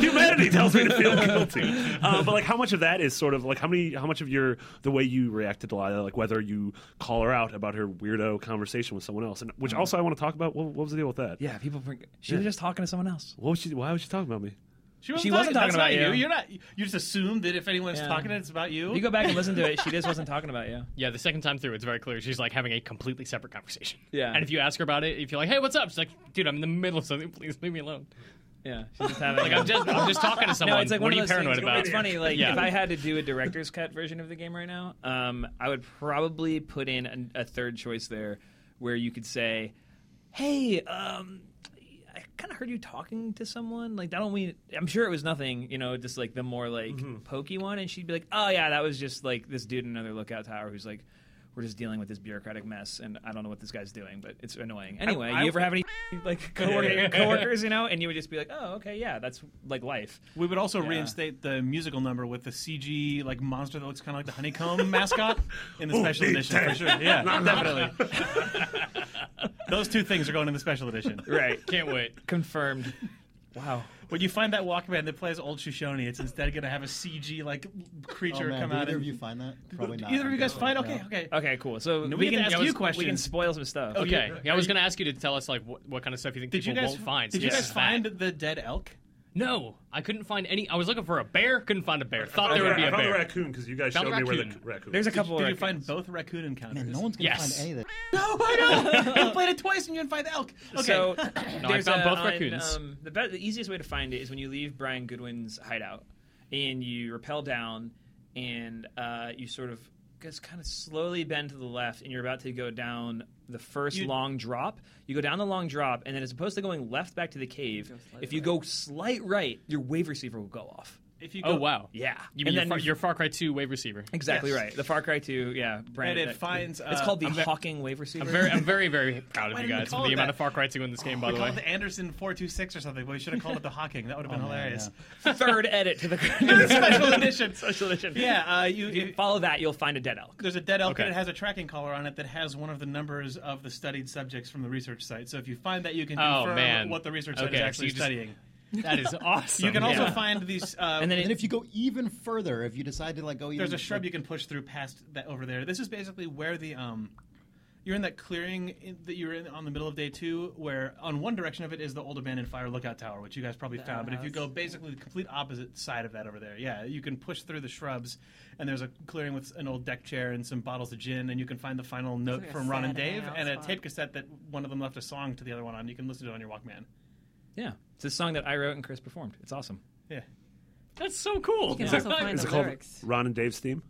humanity tells me to feel guilty. Uh, but like, how much of that is sort of like how many, how much of your the way you react to Delilah, like whether you call her out about her weirdo conversation with someone else, and which also I want to talk about. What, what was the deal with that?
Yeah, people bring. She was just talking to someone else.
What was she? Why was she talking about me?
She wasn't
that's
talking about
not
you.
You're not. You just assume that if anyone's
Yeah.
talking, it's about you.
You go back and listen to it. She just wasn't talking about you.
Yeah, the second time through, it's very clear she's like having a completely separate conversation.
Yeah.
And if you ask her about it, if you're like, "Hey, what's up?" She's like, "Dude, I'm in the middle of something. Please leave me alone."
Yeah, she's just having.
Like I'm just, I'm just talking to someone.
No, it's like
what
one
are you
of those
paranoid
things-
about?
It's funny. Like
Yeah.
if I had to do a director's cut version of the game right now, um, I would probably put in a, a third choice there, where you could say, "Hey, um, I kind of heard you talking to someone. Like that don't mean I'm sure it was nothing. You know, just like the more like
Mm-hmm.
pokey one." And she'd be like, "Oh yeah, that was just like this dude in another lookout tower who's like." We're just dealing with this bureaucratic mess, and I don't know what this guy's doing, but it's annoying. Anyway, you ever have any like coworker, coworkers, you know, and you would just be like, "Oh, okay, yeah, that's like life."
We would also
Yeah.
reinstate the musical number with the CG like monster that looks kind of like the honeycomb mascot in the special
they
edition for
did.
sure. Yeah, definitely. Those two things are going in the special edition.
Right.
Can't wait.
Confirmed. Wow.
When you find that Walkman that plays old Shoshone, it's instead going to have a CG like
Oh,
creature
man,
come
did
out.
either
and-
of you find that? Probably
Did
not.
Either of you guys
Okay.
find?
No.
Okay, okay.
Okay, cool. So
No,
we
we
can
get to ask
you
We can
questions.
spoil some stuff.
Oh,
Okay.
you-
Yeah, I was
are you-
gonna ask you to tell us like what, what kind of stuff you think
Did you
people
guys
won't find.
Did you
Yeah.
guys find the dead elk?
No, I couldn't find any. I was looking for a bear. Couldn't find a bear. Thought there
Okay,
would be
I
a
found the
bear.
raccoon because you guys
Found
showed
the
me where the
raccoon.
raccoon.
There's a
Did,
couple.
did
of
you find both raccoon encounters?
Man, no one's gonna
Yes.
find any of that.
No, I know. you played it twice and you didn't find the elk. Okay.
So
No, I
there's
found
a-
both
on,
raccoons.
Um, the, be- the easiest way to find it is when you leave Brian Goodwin's hideout and you rappel down and uh, you sort of just kind of slowly bend to the left and you're about to go down the first
You-
long drop. You go down the long drop and then as opposed to going left back to the cave, if you go slight right, your wave receiver will go off.
if you go,
Oh wow.
Yeah.
You
And
mean your,
then-
Far, your Far Cry 2 wave receiver?
Exactly
Yes.
right. The Far Cry 2, yeah, brand
And it
that-
finds,
it's
uh,
called the
I'm ve-
Hawking Wave Receiver.
I'm very, I'm very, very proud of
Why
you
didn't we
guys for
call
the
it
amount
that?
of Far Cry 2 in this game. By
we
the way,
called it Anderson four two six or something. but We should have called it the Hawking. That would have been
Oh, man,
hilarious.
Third edit to the
Special edition.
special edition.
Yeah, uh, you.
If you
if-
follow that, you'll find a dead elk.
there's a dead elk
Okay.
and it has a tracking collar on it that has one of the numbers of the studied subjects from the research site. So if you find that, you can
Oh,
confirm
man.
what the research site
Okay,
is
so
actually
you just-
studying.
that is awesome.
You can also
Yeah.
find these. Uh,
And then
And
it,
if you go even further, if you decide to like go, even,
there's a shrub
like,
you can push through past that over there. This is basically where the um, you're in that clearing in, that you were in on the middle of day two, where on one direction of it is the old abandoned fire lookout tower, which you guys probably found. But if you go basically the complete opposite side of that over there, yeah, you can push through the shrubs, and there's a clearing with an old deck chair and some bottles of gin, and you can find the final note
like a
from Ron
sad
and Dave
hangout
and a
spot.
tape cassette that one of them left a song to the other one on. You can listen to it on your Walkman.
yeah, it's a song that I wrote and Chris performed. It's awesome.
Yeah.
That's so cool.
You can
Is that-
also find
Is
the
it called
lyrics.
Ron and Dave's theme?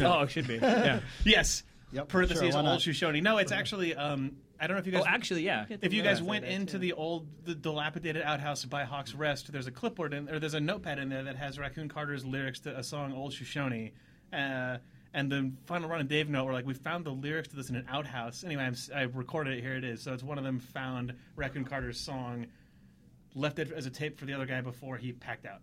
Oh, it should be. Yeah.
Yes.
Yep, sure,
Parentheses
why
old
not?
Shoshone. No, it's actually um, I don't know if you guys
oh, actually, yeah.
Get the
if you
lyrics
guys
for
went
that,
into
too.
the old the dilapidated outhouse by Hawks Rest, there's a clipboard in, or there's a notepad in there that has Raccoon Carter's lyrics to a song Old Shoshone. Uh, and the final run and Dave note were like, we found the lyrics to this in an outhouse. Anyway, I'm, s- I recorded it. Here it is. So it's one of them found Raccoon Carter's song, left it as a tape for the other guy before he packed out.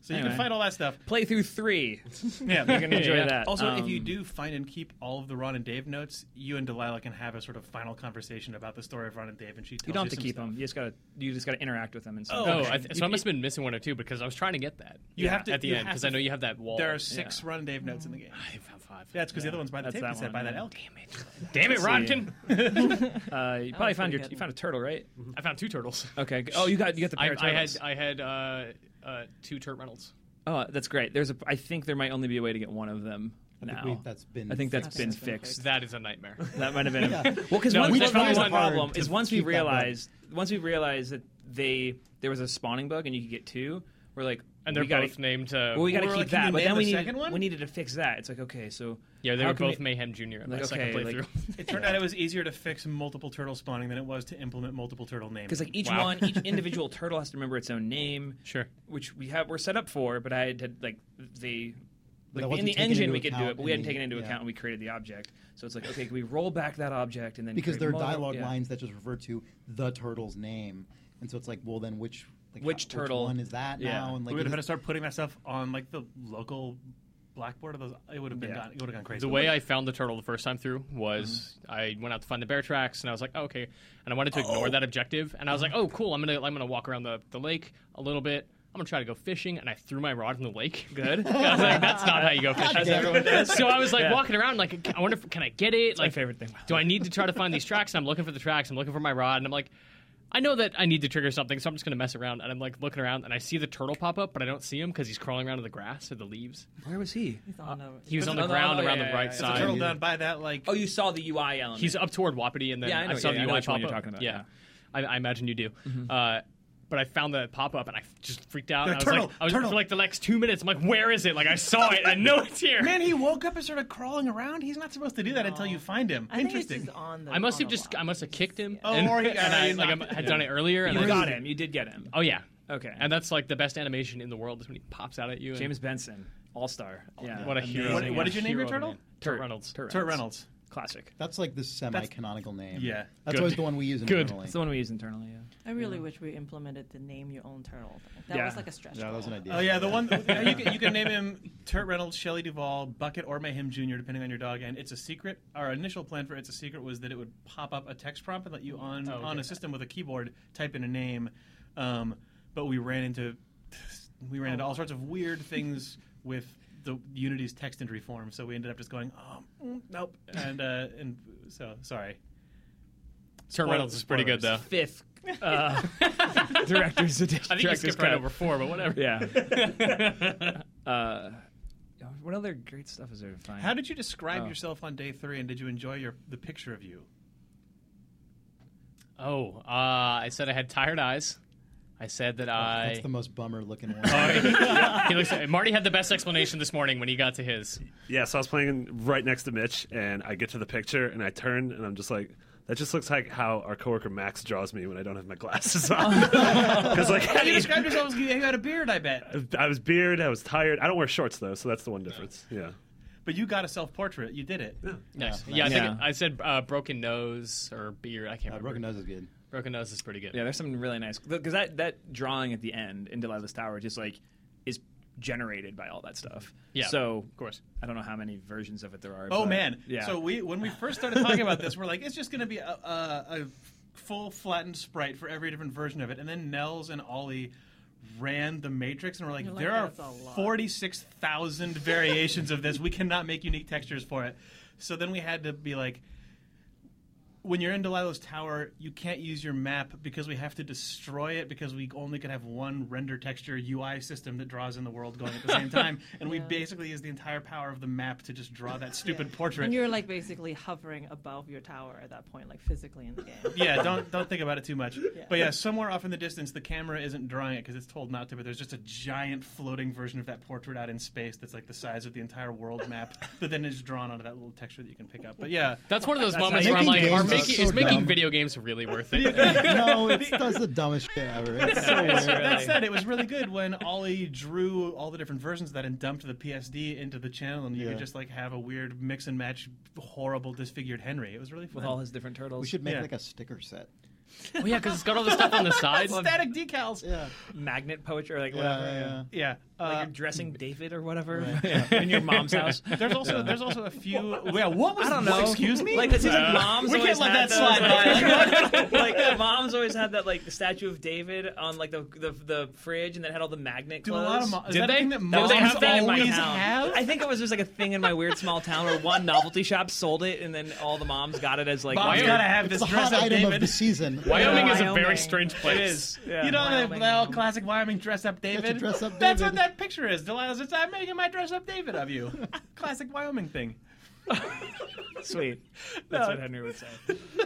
So you
Anyway.
can find all that stuff.
Playthrough three.
Yeah,
You're gonna enjoy
Yeah.
that.
Also, if
Um,
you do find and keep all of the Ron and Dave notes, you and Delilah can have a sort of final conversation about the story of Ron and Dave, and she tells
you don't have to
some
keep
stuff.
them. You just gotta. You just gotta interact with them and stuff.
Oh,
Okay.
I th- so I must have been missing one or two because I was trying to get that.
You have to-
at the
you
end
have
because
to-
I know you have that wall.
There are six Ron and Dave notes in the game.
I found five.
Yeah, it's because the other one's by the
that's
tape
that
that
one,
by that
yeah.
elk.
Damn it,
Let's see.
Rodkin!
Uh, you probably
was
found
pretty
your.
good.
You found a turtle, right?
I found two turtles.
Okay. g- Oh, you got you got the
Mm-hmm. I,
pair of
I had
turtles.
I had uh, uh, two Turt Reynolds.
Oh, that's great. There's a. I think there might only be a way to get one of them
I
now.
think we- that's been.
I think that's
I think
been
that's been
fixed.
So that is a nightmare.
That might have been.
Yeah.
Well, because
No,
once
we
that's
tried
probably
hard
one problem
to
is once we
keep that bug.
realized once we realized that they there was a spawning bug and you could get two. we're like,
and they're
we gotta,
both named. Uh,
well, we got to
We're
keep
like, can you
that, but
name
then
the
we needed,
second one?
we needed to fix that. It's like okay, so
yeah, they
how
were
can
both
we-
Mayhem Junior in my
Like,
second
okay, like-
playthrough.
It turned out it was easier to fix multiple turtle spawning than it was to implement multiple turtle naming.
because like each
Wow.
one, each individual turtle has to remember its own name,
sure.
which we have we're set up for. But I had to, like the like
But that
in
wasn't
the
taken
engine
into
we could do
account
it, but we
in
hadn't
the-
taken into
yeah.
account, and we created the object. So it's like okay, can we roll back that object and then
because
create
there are
another-
dialogue
yeah.
lines that just refer to the turtle's name, and so it's like, well, then which like,
Which
how-
turtle?
one is that
Yeah.
now? And like,
we would
is
have had to
it-
start putting that stuff on like the local blackboard of those. It would have been gone. It would have gone crazy.
The way I found the turtle the first time through was
Mm-hmm.
I went out to find the bear tracks, and I was like, oh, okay. And I wanted to ignore that objective, and I was like,
Uh-huh.
oh, cool. I'm gonna I'm gonna walk around the, the lake a little bit. I'm gonna try to go fishing, and I threw my rod in the lake.
Good.
I was like, that's not how you go fishing.
As everyone does.
So I was like walking around, like, I wonder, if, can I get it? like,
favorite thing.
Do I need to try to find these tracks? And I'm looking for the tracks. I'm looking for my rod, and I'm like, I know that I need to trigger something, so I'm just gonna mess around. And I'm like looking around, and I see the turtle pop up, but I don't see him because he's crawling around in the grass or the leaves.
Where was he?
He's on a-
He was on the
Oh, no,
ground
no,
around
yeah,
the
yeah,
right
yeah. It's a
There's a
side.
turtle down by that like.
Oh, you saw the UI element.
He's up toward Wapiti, and then
Yeah, I
I,
know-
saw
yeah, I
the
know
UI
which one
pop
you're
up.
talking about, Mm-hmm.
yeah, I, I imagine you do. Uh, but I found the pop up, and I just freaked out.
They're
and I was
turtle,
like, I was
turtle.
for like the next two minutes. I'm like, where is it? Like I saw it. I know it's here.
Man, he woke up and started crawling around. He's not supposed to do that until
No.
you find him.
I think it's
Interesting.
just on the.
I must
on
have
the
just,
lock.
I must have kicked him.
Oh,
and,
or he-
and
or
I
he
like
knocked
I had
him.
done it earlier. And
you
I-
got him. You did get him.
Oh yeah.
Okay.
And that's like the best animation in the world is when he pops out at you. and-
James Benson, all star. Yeah.
what a hero!
What- what did you name your
Hero of a
turtle?
man. Turt Reynolds.
Turt
Turt Reynolds.
Classic.
That's like the semi-canonical name.
Yeah.
that's
Good.
always the one we use
Good.
internally.
It's the one we use internally. Yeah.
I really wish we implemented the name your own turtle thing. That
Yeah.
was like a stretch.
yeah, that was an
goal.
idea.
Oh yeah, the one yeah, you, can, you can name him Turt Reynolds, Shelley Duvall, Bucket, or Mayhem Jr. depending on your dog. And it's a secret. Our initial plan for it's a secret was that it would pop up a text prompt and let you on on a system with a keyboard type in a name. Um, but we ran into we ran into all sorts of weird things with the Unity's text entry form, so we ended up just going, oh, mm, nope, and uh, and so sorry.
Turt Reynolds is pretty good though.
Spoilers.
Fifth uh, director's edition.
I think you
director's
skipped right
cut.
over four, but whatever.
Yeah. uh, what other great stuff is there to find?
How did you describe
Oh.
yourself on day three, and did you enjoy your the picture of you?
Oh, uh, I said I had tired eyes. I said that I.
That's the most bummer-looking one.
he looks Marty had the best explanation this morning when he got to his.
Yeah, so I was playing right next to Mitch, and I get to the picture, and I turn, and I'm just like, that just looks like how our coworker Max draws me when I don't have my glasses on. Because like,
you described yourself as you had a beard, I bet.
I was beard, I was tired. I don't wear shorts though, so that's the one difference. Yeah,
But you got a self portrait. You did it.
Nice. Yeah, I,
Yeah.
think I said uh, broken nose or beard. I can't
Uh,
remember.
broken nose is good.
Broken nose is pretty good.
Yeah, there's some really nice because that that drawing at the end in Delilah's Tower just like is generated by all that stuff.
Yeah,
So
of course.
I don't know how many versions of it there are.
Oh
but-
man.
Yeah.
So we when we first started talking about this, we're like, it's just going to be a, a, a full flattened sprite for every different version of it. And then Nels and Ollie ran the matrix, and we're like,
You're like,
there are
"That's a lot."
forty six thousand variations of this. We cannot make unique textures for it. So then we had to be like. When you're in Delilah's tower, you can't use your map because we have to destroy it because we only could have one render texture UI system that draws in the world going at the same time, and we
Yeah.
basically use the entire power of the map to just draw that stupid portrait.
And you're like basically hovering above your tower at that point, like physically in the game.
yeah, don't don't think about it too much. But yeah, somewhere off in the distance, the camera isn't drawing it because it's told not to. But there's just a giant floating version of that portrait out in space that's like the size of the entire world map. that then is drawn onto that little texture that you can pick up. But yeah,
That's one of those moments where I'm
Making
like, are
games
making,
so
is making
dumb.
video games really worth it?
no, it's that's the dumbest shit ever. It's so
That's-
weird.
That said, it was really good when Ollie drew all the different versions of that and dumped the PSD into the channel, and you
Yeah.
could just like have a weird mix and match, horrible disfigured Henry. It was really fun.
with all his different turtles,
We should make
Yeah.
like a sticker set.
oh, yeah, because it's got all the stuff on the side.
static decals. Yeah,
Yeah,
magnet poetry or like
yeah,
whatever.
yeah, yeah.
Like
uh,
you're dressing David or whatever
Right.
in your mom's house.
there's also there's also a few. Yeah, what was?
I don't
what-
know.
excuse me.
Like, it's just like moms.
we can't
always
let
had
that slide
those, like- Like, the moms always had that like the statue of David on like the the, the fridge, and then had all the magnet.
Do a
clothes.
lot of mo- is
Did
that a
they?
thing that
Did
That
moms
was like a thing in my
always
town.
have?
I think it was just like a thing in my weird small town where one novelty shop sold it, and then all the moms got it as like.
Mom's
Wyoming-
gotta have
It's
this
the
dress
hot
up,
item of
David.
the season.
Wyoming is a
Wyoming.
very strange place.
It is. Yeah.
You know the,
Wyoming
the old
mom.
classic Wyoming dress up David.
dress up
That's
David.
what that picture is. Delilah's. It's I'm making my dress up David of you. classic Wyoming thing.
Sweet. That's what Henry would say.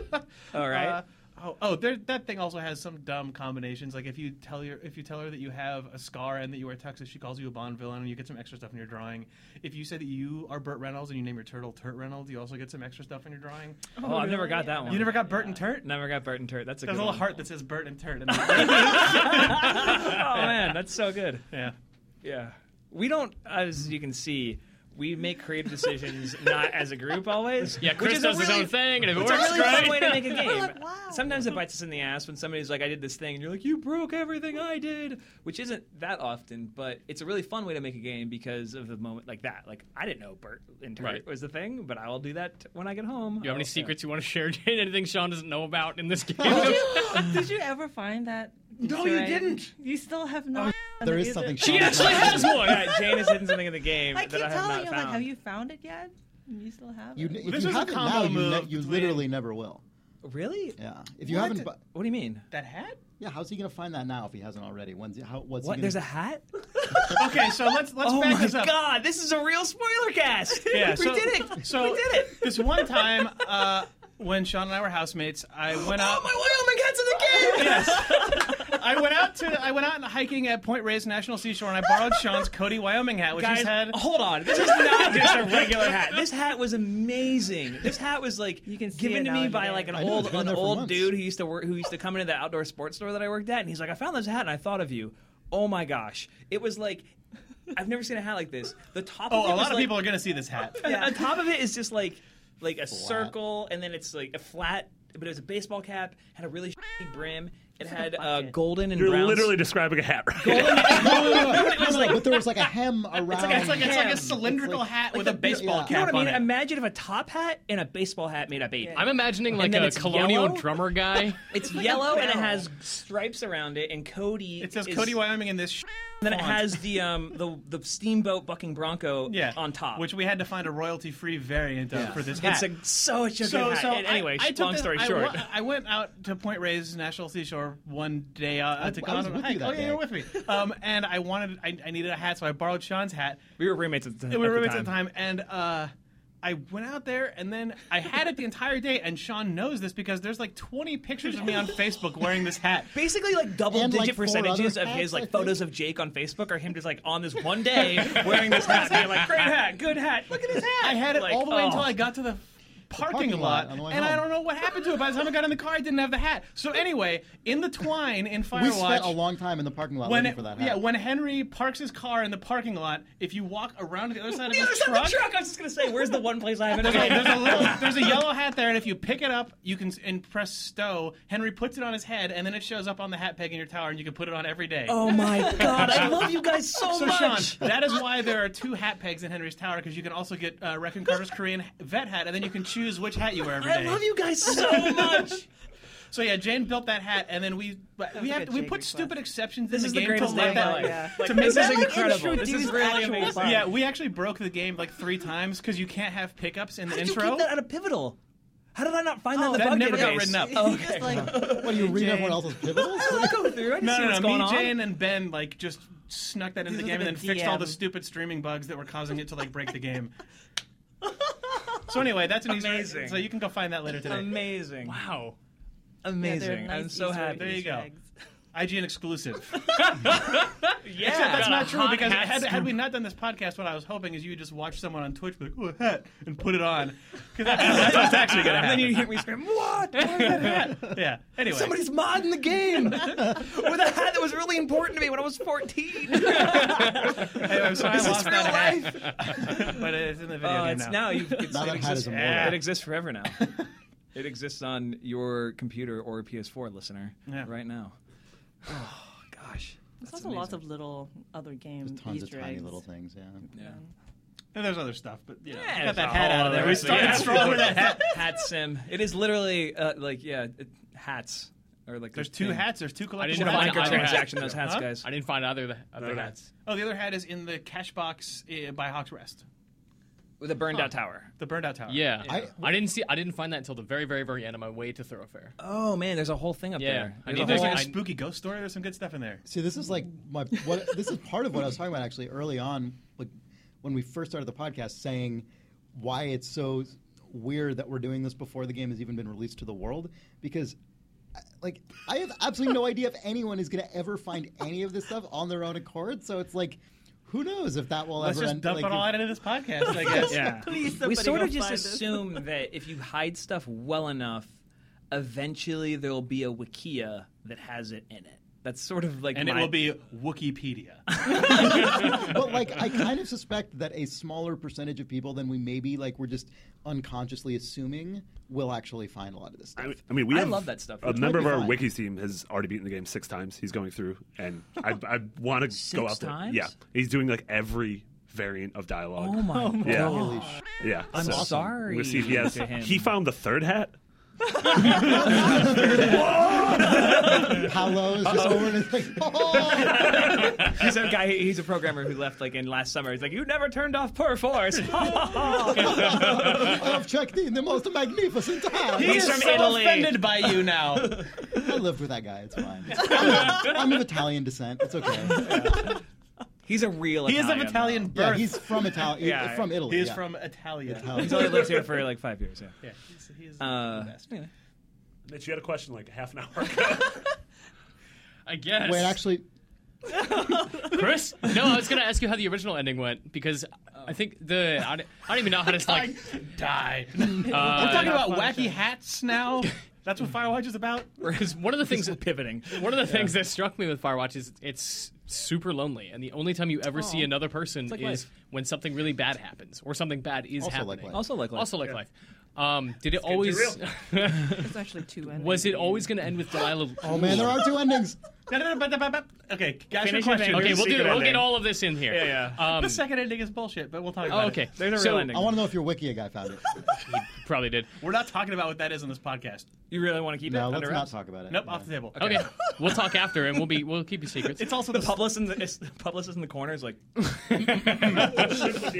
All right.
Uh, Oh, oh, there, that thing also has some dumb combinations. Like if you tell your, if you tell her that you have a scar and that you wear tuxes, she calls you a Bond villain, and you get some extra stuff in your drawing. If you say that you are Burt Reynolds and you name your turtle Turt Reynolds, you also get some extra stuff in your drawing.
Oh, I've never got that one.
You never got Burt and Turt.
Never got Burton Turt. That's a
There's a
good
little
one.
heart that says Burt and Turt. And
Oh man, that's so good.
yeah,
Yeah. We don't, as you can see, we make creative decisions not as a group always.
Yeah, Chris
which is a
does his
really-
own thing, and if it
It's a
works,
really fun
great.
way to make a game.
like, wow.
Sometimes it bites us in the ass when somebody's like, "I did this thing," and you're like, "You broke everything I did," which isn't that often, but it's a really fun way to make a game because of the moment like that. Like, I didn't know Bert and Turt
Right.
was the thing, but I will do that when I get home. Oh,
you have any secrets you want to share, Jane? Anything Sean doesn't know about in this game?
Did you, did you ever find that?
No,
Oh,
Easter
you
egg?
didn't.
You still have not.
Uh, There is something.
she
Sean-
actually has one.
Yeah, Jane is hidden something in the game
I keep
that I have
telling
not
you,
found.
like, have you found it yet? And you still have
You,
it.
if
This is
you
a
haven't now,
combo
you, ne-
move
you
between-
literally never will.
really?
Yeah. If you
What?
haven't, bu-
What do you mean?
that hat.
yeah. How's he gonna find that now if he hasn't already? When's he, how? What's
What?
He gonna,
There's a hat?
Okay, so let's let's
oh
back
my
this up.
god, this is a real spoiler cast.
Yeah,
we
so-
did it.
So
we did it.
This one time uh, when Sean and I were housemates, I went
Oh
out.
Wyoming cat's in the game.
I went out to I went out and hiking at Point Reyes National Seashore, and I borrowed Sean's Cody Wyoming hat, which
Guys, oh,
he's had.
hold on. This is not just a regular hat. This hat was amazing. This hat was like
You can see
given
it
to
now
me
over
by
there.
like an
I know, it's
old
been
an
there for
old
months.
dude who used to work who used to come into the outdoor sports store that I worked at, and he's like, I found this hat and I thought of you. Oh my gosh, it was like. I've never seen a hat like this. The top of it
Oh, a
was
lot of
like-
people are gonna see this hat.
yeah. on top of it is just like like a circle, and then it's like a flat. But it was a baseball cap, had a really shitty brim. It had uh,
bucket.
golden and
You're
brown.
literally describing a hat, right?
no, no, no, no, no, but there was like a hem around.
It's like it's like a
It's
cylindrical
like-
hat with
the-
a baseball
yeah.
cap
you know what I mean?
on it.
Imagine if a top hat and a baseball hat made up eight.
I'm imagining like
then
a
it's
colonial
yellow?
drummer guy.
It's yellow and it
bell.
has stripes around it, and Cody.
It says
is-
Cody Wyoming in this. sh-
And then it
font.
has the um the the steamboat bucking bronco
yeah
on top,
which we had to find a royalty-free variant of for this
it's
hat.
a, such a
so,
good hat.
so
And anyway,
I, I took
long
this-
story
I
short,
wa- I went out to Point Reyes National Seashore one day uh, to go
I was
on a
with you
hike.
that
oh yeah, you were
day.
with me. Um, and I wanted, I, I needed a hat, so I borrowed Sean's hat.
we were roommates at the,
We were roommates
time.
at the time, and uh, I went out there, and then I had it the entire day. And Sean knows this because there's like 20 pictures of me on Facebook wearing this hat.
Basically, like double
And,
digit
like, four
percentages
other
of his
hats, I
like
think.
photos of Jake on Facebook are him just like on this one day wearing this hat, being like, "Great hat, good hat, look at his hat."
I had it
Like,
all the way
oh.
until I got to the parking,
parking lot
lot,
on the way
and I
home.
don't know what happened to it. By the time I got in the car, I didn't have the hat. So anyway, in the twine in Firewatch,
We spent a long time in the parking lot
when
waiting for that hat.
yeah, when Henry parks his car in the parking lot, if you walk around to the other side of
The other
his
side of
truck,
the truck. I was just gonna say, "Where's the one place I haven't?"
there's a, there's a little, there's a yellow hat there, and if you pick it up, you can s- and press stow. Henry puts it on his head, and then it shows up on the hat peg in your tower, and you can put it on every day.
Oh my god, I love you guys so,
So
much.
Sean, that is why there are two hat pegs in Henry's tower because you can also get uh, Raccoon Carter's Korean vet hat, and then you can choose which hat you wear every day.
I love you guys so much.
So yeah, Jane built that hat, and then we but we
was
have
like a
we
Jake
put
request.
stupid exceptions
This
in
is the
the game
greatest
to
day
let
of my
that.
life.
Yeah.
Like,
To
this
make
is
that, like,
incredible. This is
introduce
really
actual
amazing.
fun.
Yeah, we actually broke the game like three times because you can't have pickups in the
How did you
intro.
keep that out of Pivotal? How did I not
Oh.
find that in the
that
bug
never got
database?
written up.
Oh,
Just like,
what do you read everyone else's pivotals?
I don't go through. I just
no,
see
no,
what's
no.
going
Me,
on.
Jane, and Ben like just snuck that into the
These
game
are
and then
the
fixed all the
DM.
stupid streaming bugs that were causing it to like break the game. so anyway, that's an
Amazing.
Easter. So you can go find that later today.
Amazing.
wow.
yeah, they're
Amazing.
nice
I'm so
Easter
happy.
There you
eggs.
go. IGN exclusive.
Yeah.
Except that's
Got
not
a
true
hot
because
hat
had, had
scoop.
we not done this podcast, what I was hoping is you would just watch someone on Twitch be like, "Ooh, a hat," and put it on. Because that's, that's what's actually going to
and
happen.
then you hear me scream, "What? Why is that hat?
yeah. Anyway.
Somebody's modding the game with a hat that was really important to me when I was 14."
anyway, I'm sorry
this
I
is
lost
real
that hat.
life.
But it's in the video
Oh,
game
it's
now.
now. You, it's,
Not
it,
a hat
exists,
is a
Yeah.
it exists forever now. it exists on your computer or PS4, listener,
Yeah.
right now. Oh gosh,
There's
that's
also lots of
amazing.
little other games.
There's tons of
Easter
tiny
eggs.
little things. Yeah.
Yeah.
And there's other stuff, but you know,
Yeah,
got
there's
that
a
hat
whole
out of there.
other-
We started
yeah.
strong with that hat.
Hat sim. It is literally uh, like yeah, it, hats or like
There's
the
two
thing.
hats. There's two
didn't
collectible
know
hats.
that either
Microtransaction those hats,
Huh?
guys.
I didn't find either of the other
Other
hats.
Oh, the other hat is in the cash box uh, by Hawk's Rest,
The burned out tower.
the burned out tower.
Yeah.
I-
I, didn't see. I didn't find that until the very, very, very end of my way to Thoroughfare.
Oh man, there's a whole thing up
Yeah.
there.
I
There's
need
a
There's
whole-
like a
I-
spooky ghost story. There's some good stuff in there.
See, this is like my what this is part of what I was talking about actually early on, like when we first started the podcast, saying why it's so weird that we're doing this before the game has even been released to the world, because uh, like I have absolutely no idea if anyone is going to ever find any of this stuff on their own accord. So it's like, who knows if that will
Let's
ever
just
end?
dump
like,
it all out into this podcast, I guess.
Yeah.
Please,
we
somebody
sort
go
of just
find this.
assume that if you hide stuff well enough, eventually there will be a wikia that has it in it. That's sort of like
And it
my-
will be Wikipedia.
but like I kind of suspect that a smaller percentage of people than we maybe like we're just unconsciously assuming will actually find a lot of this stuff.
I mean- I mean, we
I
have
love that stuff.
A
It's
member of
totally
our
fine.
wiki team has already beaten the game six times. He's going through, and I, I want to go
Six
out there.
times?
Yeah, he's doing like every variant of dialogue.
Oh my
Yeah.
god!
Holy sh-
Yeah,
I'm
so-
sorry.
We'll see if he has.
to him.
He found the third hat.
Hello, is just over and it's like, oh,
He's a guy. He's a programmer who left like in last summer. He's like, you never turned off Perforce.
I've checked in the most magnificent time.
He's from Italy.
by you now.
I lived with that guy. It's fine. I'm, I'm of Italian descent. It's okay.
He's a real.
he is of
Italian,
Italian
though.
Yeah,
birth.
he's from Italian.
Yeah.
from Italy.
he is
yeah.
from Italia.
Italian.
He's only lived here for like five years. Yeah.
Yeah, he's, he's
Uh,
the best.
anyway.
Mitch, you had a question like half an hour ago.
I guess.
Wait, actually,
Chris? No, I was going to ask you how the original ending went because I think the. I don't, I don't even know how to. Like,
Die.
uh,
I'm talking about wacky hats now. That's what Firewatch is about.
uh, 'cause one of the things.
Pivoting.
One of the things that struck me with Firewatch is it's super lonely, and the only time you ever see another person
like
is
life.
when something really bad happens or something bad is
Also like
happening.
life.
Also like life.
Also like life. Um, did it always?
It's actually two endings.
was it always going to end with Delilah?
oh man, there are two endings.
Okay, guys, your
Finish
question.
your
Okay, we'll do.
Secret
We'll
ending.
get all of this in here.
Yeah,
yeah. Um,
The second ending is bullshit, but we'll talk
oh,
about
okay.
it.
There's a
So-
real ending.
I want to know if your Wikia guy found it.
Probably did.
We're not talking about what that is on this podcast.
you really want to keep
No,
it
let's
under
not
wraps?
talk about it.
Nope,
Yeah.
off the table.
Okay, we'll talk after, and we'll be we'll keep you secrets.
It's also
The
the,
publicist in the, it's- the publicist in the corner is like,
the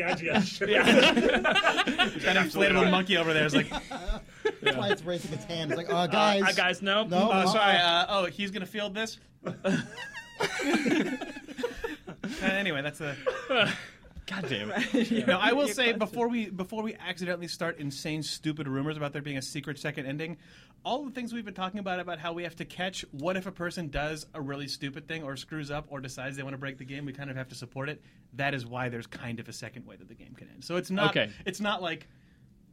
IGN shirt.
that inflatable monkey over there is like,
That's why it's raising its hand. It's like, oh,
uh,
guys.
uh, guys, no,
No,
oh,
uh-uh.
sorry, uh, oh, he's going to field this? Uh, anyway, that's the.
God damn. it.
No, I will say before we before we accidentally start insane, stupid rumors about there being a secret second ending, all the things we've been talking about about how we have to catch what if a person does a really stupid thing or screws up or decides they want to break the game, we kind of have to support it. That is why there's kind of a second way that the game can end. So it's not
Okay.
it's not like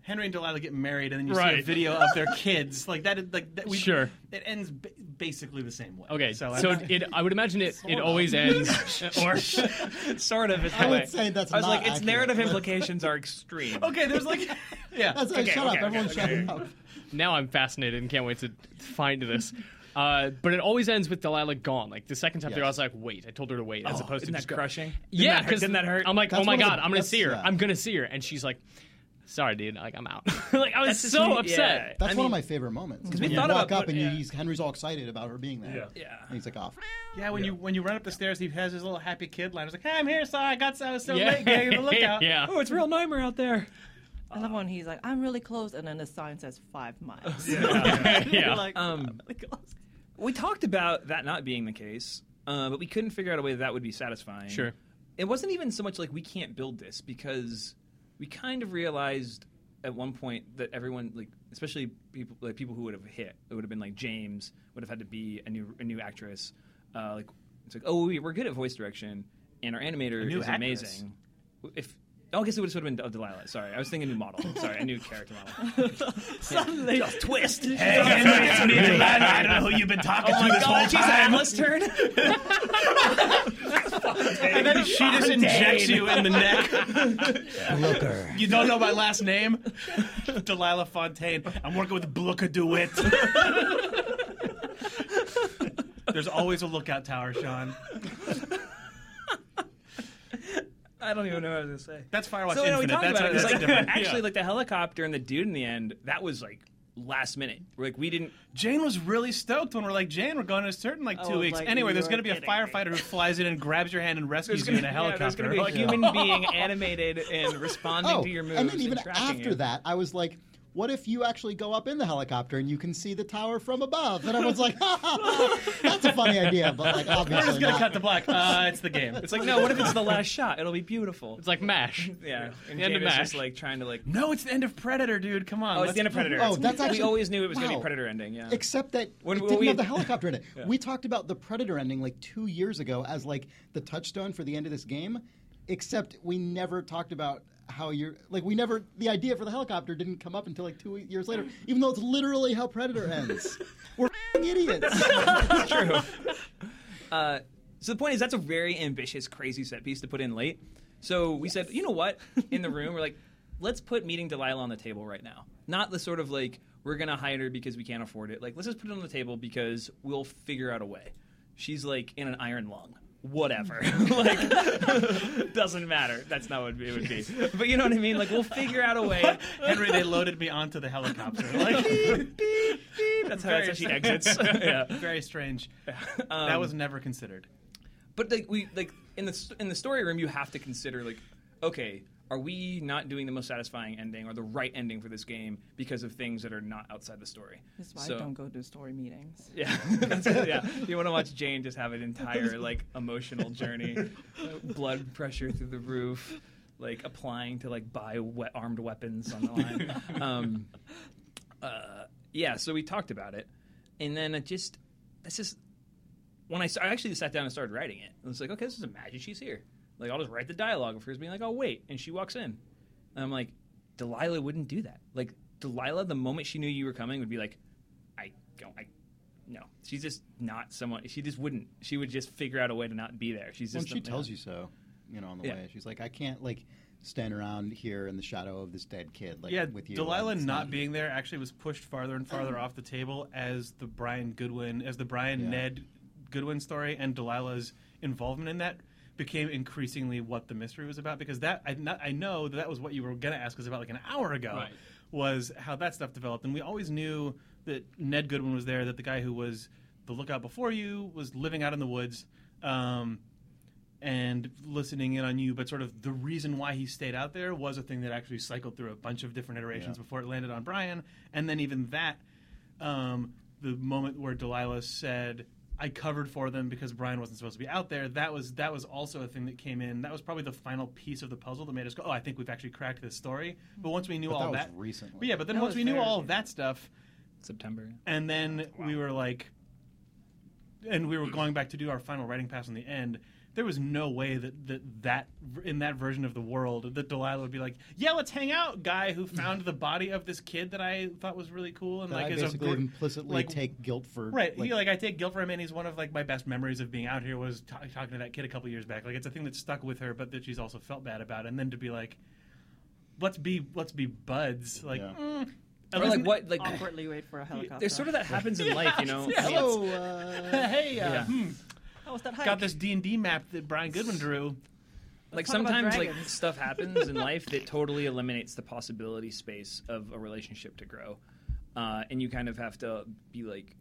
Henry and Delilah get married and then you see a
Right.
video of their kids like that. Is, like that, we,
Sure.
it ends b- basically the same way.
Okay,
so,
so,
I-
it, I would imagine it, it always ends. or
sort of. Is
I
the way.
would say that's
I was
not
like, its
accurate.
narrative implications are extreme.
okay, there's like yeah.
That's like,
Okay,
shut up.
okay,
Everyone
okay,
shut
okay.
up.
now I'm fascinated and can't wait to find this. Uh, but it always ends with Delilah gone. Like the second time through, I was like, "Wait, I told her to wait," as opposed
Oh, Isn't
to
that
just go-
crushing?
yeah,
didn't that hurt?
because
Didn't that hurt?
I'm like,
That's
"Oh my
one of the
god, I'm gonna
best-
see her.
yeah.
I'm gonna see her," and she's like, "Sorry, dude. Like, I'm out." like, I was
That's just
so
me-
upset.
yeah.
That's
I
one of
mean-
my favorite moments.
'Cause we
When you
thought
walk
about
up
put-
and you,
yeah.
he's, Henry's all excited about her being there.
Yeah.
Yeah.
And he's like, off.
Yeah, when you when you run up the stairs, he has his little happy kid line. He's like, "Hey, I'm here. Sorry, I got so I was so late. Getting the lookout."
yeah.
Oh, it's real Nightmare out there.
I love when he's like, I'm really close, and then the sign says five miles.
Yeah.
like,
Um,
really close.
We talked about that not being the case, uh, but we couldn't figure out a way that, that would be satisfying.
Sure.
It wasn't even so much like we can't build this because we kind of realized at one point that everyone, like especially people, like people who would have hit, it would have been like James would have had to be a new a new actress. Uh, like it's like oh we, we're good at voice direction and our animator
new
is
actress.
amazing. If oh, I guess it would have been oh, Delilah. Sorry, I was thinking new model. Sorry, a new character model.
Suddenly,
Twist.
it's me, Delilah. I don't know who you've been talking to this whole
she's
time.
Atlas turn.
And then she just injects you in the neck. You don't know my last name, Delilah Fontaine. I'm working with Blooka DeWitt. There's always a lookout tower, Sean.
I don't even know what I was gonna say.
That's Firewatch
so you know, we
Infinite.
talked
That's,
about it. It's
that's
like,
different.
actually, like the helicopter and the dude in the end. That was like last minute. Like we didn't.
Jane was really stoked when we're like, Jane, we're going to a certain like two
Oh,
weeks.
like,
anyway,
you
there's
are
going to be a
kidding me.
firefighter who flies in and grabs your hand and rescues you in a
yeah, there's
helicopter.
gonna be a
Like,
human being animated and responding
Oh,
to your moves.
and then even
tracking
after
you.
that, I was like, what if you actually go up in the helicopter and you can see the tower from above? And everyone's like, ha, ha, ha, that's a funny idea, but like
We're
obviously
just gonna
not.
cut the black. Uh, it's the game. It's
It's like, no, what if it's the last shot? It'll be beautiful.
It's like Mash.
Yeah. And
The end of Mash.
David's just like trying to like.
no, it's the end of Predator, dude. Come on.
Oh, it's
let's-
the end of Predator.
Oh, that's actually-
We always knew it was going to
Wow.
be Predator ending. Yeah.
Except that
When-
it
when
didn't
we-
have the helicopter in it. We talked about the Predator ending like two years ago as like the touchstone for the end of this game, except we never talked about how you're like we never the idea for the helicopter didn't come up until like two years later, even though it's literally how Predator ends. We're f***ing idiots.
That's true. uh, so the point is, that's a very ambitious, crazy set piece to put in late. So we said, you know what? In the room, we're like, let's put meeting Delilah on the table right now. Not the sort of like we're gonna hide her because we can't afford it. Like, let's just put it on the table because we'll figure out a way. She's like in an iron lung. Whatever, like doesn't matter. That's not what it would be. But you know what I mean. Like we'll figure out a way.
Henry, they loaded me onto the helicopter. Like,
That's how, that's how she exits. yeah. Um,
Very strange. that was never considered.
but like we like in the st- in the story room you have to consider like okay are we not doing the most satisfying ending or the right ending for this game because of things that are not outside the story
That's why
So-
I don't go to story meetings.
yeah, that's it, yeah. You want to watch Jane just have an entire like emotional journey, blood pressure through the roof, like applying to like buy wet armed weapons on the line. um, uh, yeah, so we talked about it, and then it just this is when I, s- I actually sat down and started writing it. I was like, okay, this is imagine she's here. Like I'll just write the dialogue of her being like, oh wait, and she walks in, and I'm like, Delilah wouldn't do that. Like Delilah, the moment she knew you were coming, would be like, I don't, I, no. She's just not someone. She just wouldn't. She would just figure out a way to not be there. She's
when
just.
she tells you so, you know, on the
Yeah.
way, she's like, I can't like stand around here in the shadow of this dead kid, like
yeah,
with you.
Delilah
Like, it's
not, being there actually was pushed farther and farther off the table as the Brian Goodwin, as the Brian
Yeah.
Ned Goodwin story, and Delilah's involvement in that became increasingly what the mystery was about. Because that I, not, I know that, that was what you were going to ask us about like an hour ago,
Right.
was how that stuff developed, and we always knew that Ned Goodwin was there, that the guy who was the lookout before you was living out in the woods. Um, and listening in on you, but sort of the reason why he stayed out there was a thing that actually cycled through a bunch of different iterations
Yeah.
before it landed on Brian. And then even that, um, the moment where Delilah said, "I covered for them because Brian wasn't supposed to be out there," that was that was also a thing that came in. That was probably the final piece of the puzzle that made us go, "Oh, I think we've actually cracked this story." But once we knew
But
all
that was
that,
recently.
but yeah, but then
That
once
was
we knew
very-
all of that stuff,
September.
and then we were like, and we were going back to do our final writing pass on the end. There was no way that, that that in that version of the world that Delilah would be like, "Yeah, let's hang out, guy who found the body of this kid that I thought was really cool and
That
like
I
is
basically
a gr-
implicitly
like,
take guilt for
right."
like,
he, like I take guilt for him, and he's one of like my best memories of being out here was ta talking to that kid a couple years back. Like it's a thing that stuck with her, but that she's also felt bad about. And then to be like, "Let's be let's be buds," like.
Yeah.
mm,
Or like what? Like
Awkwardly wait for a helicopter.
there's sort of that happens in life, you know.
Hello, uh,
Hey, uh,
Yeah.
hmm,
How was that hike?
got this D and D map that Brian Goodwin drew.
like
talk about
sometimes like
dragons.
stuff happens in life that totally eliminates the possibility space of a relationship to grow uh, and you kind of have to be like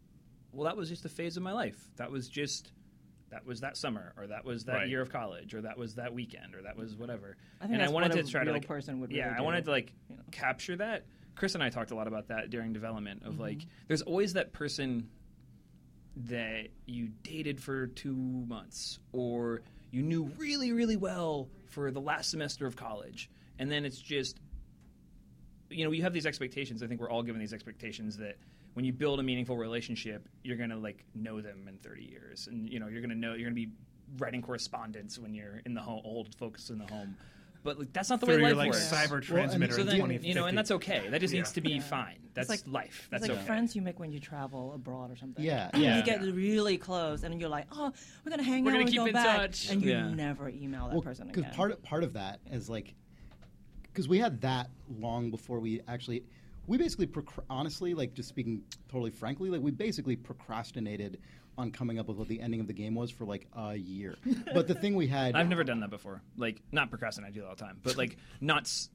well that was just a phase of my life that was just that was that summer or that was that
Right.
year of college or that was that weekend or that was whatever
I think
and
that's
i wanted
what a
to try to
real
like
person would
yeah
really
i wanted
do,
to like
you know.
capture that chris and i talked a lot about that during development of like
Mm-hmm.
there's always that person that you dated for two months or you knew really, really well for the last semester of college. And then it's just, you know, you have these expectations. I think we're all given these expectations that when you build a meaningful relationship, you're going to like know them in 30 years. And, you know, you're going to know, you're going to be writing correspondence when you're in the home, old folks in the home. But like, that's not the
through
way
your
life
like
works.
cyber transmitter
so
in
then,
2050.
you know, and that's okay. That just needs to be
Yeah.
fine. That's
like-
life.
It's
That's
like
okay.
friends you make when you travel abroad or something.
Yeah,
And
yeah.
You get really close, and you're like, "Oh, we're gonna hang
We're
out
gonna
and
keep
go
in
back,"
touch.
and you
Yeah.
never email that person
because
again.
part of, part of that is like because we had that long before we actually we basically procr- honestly like just speaking totally frankly like we basically procrastinated on coming up with what the ending of the game was for like a year but the thing we had
I've never done that before. Like not procrastinate, I do that all the time, but like not s-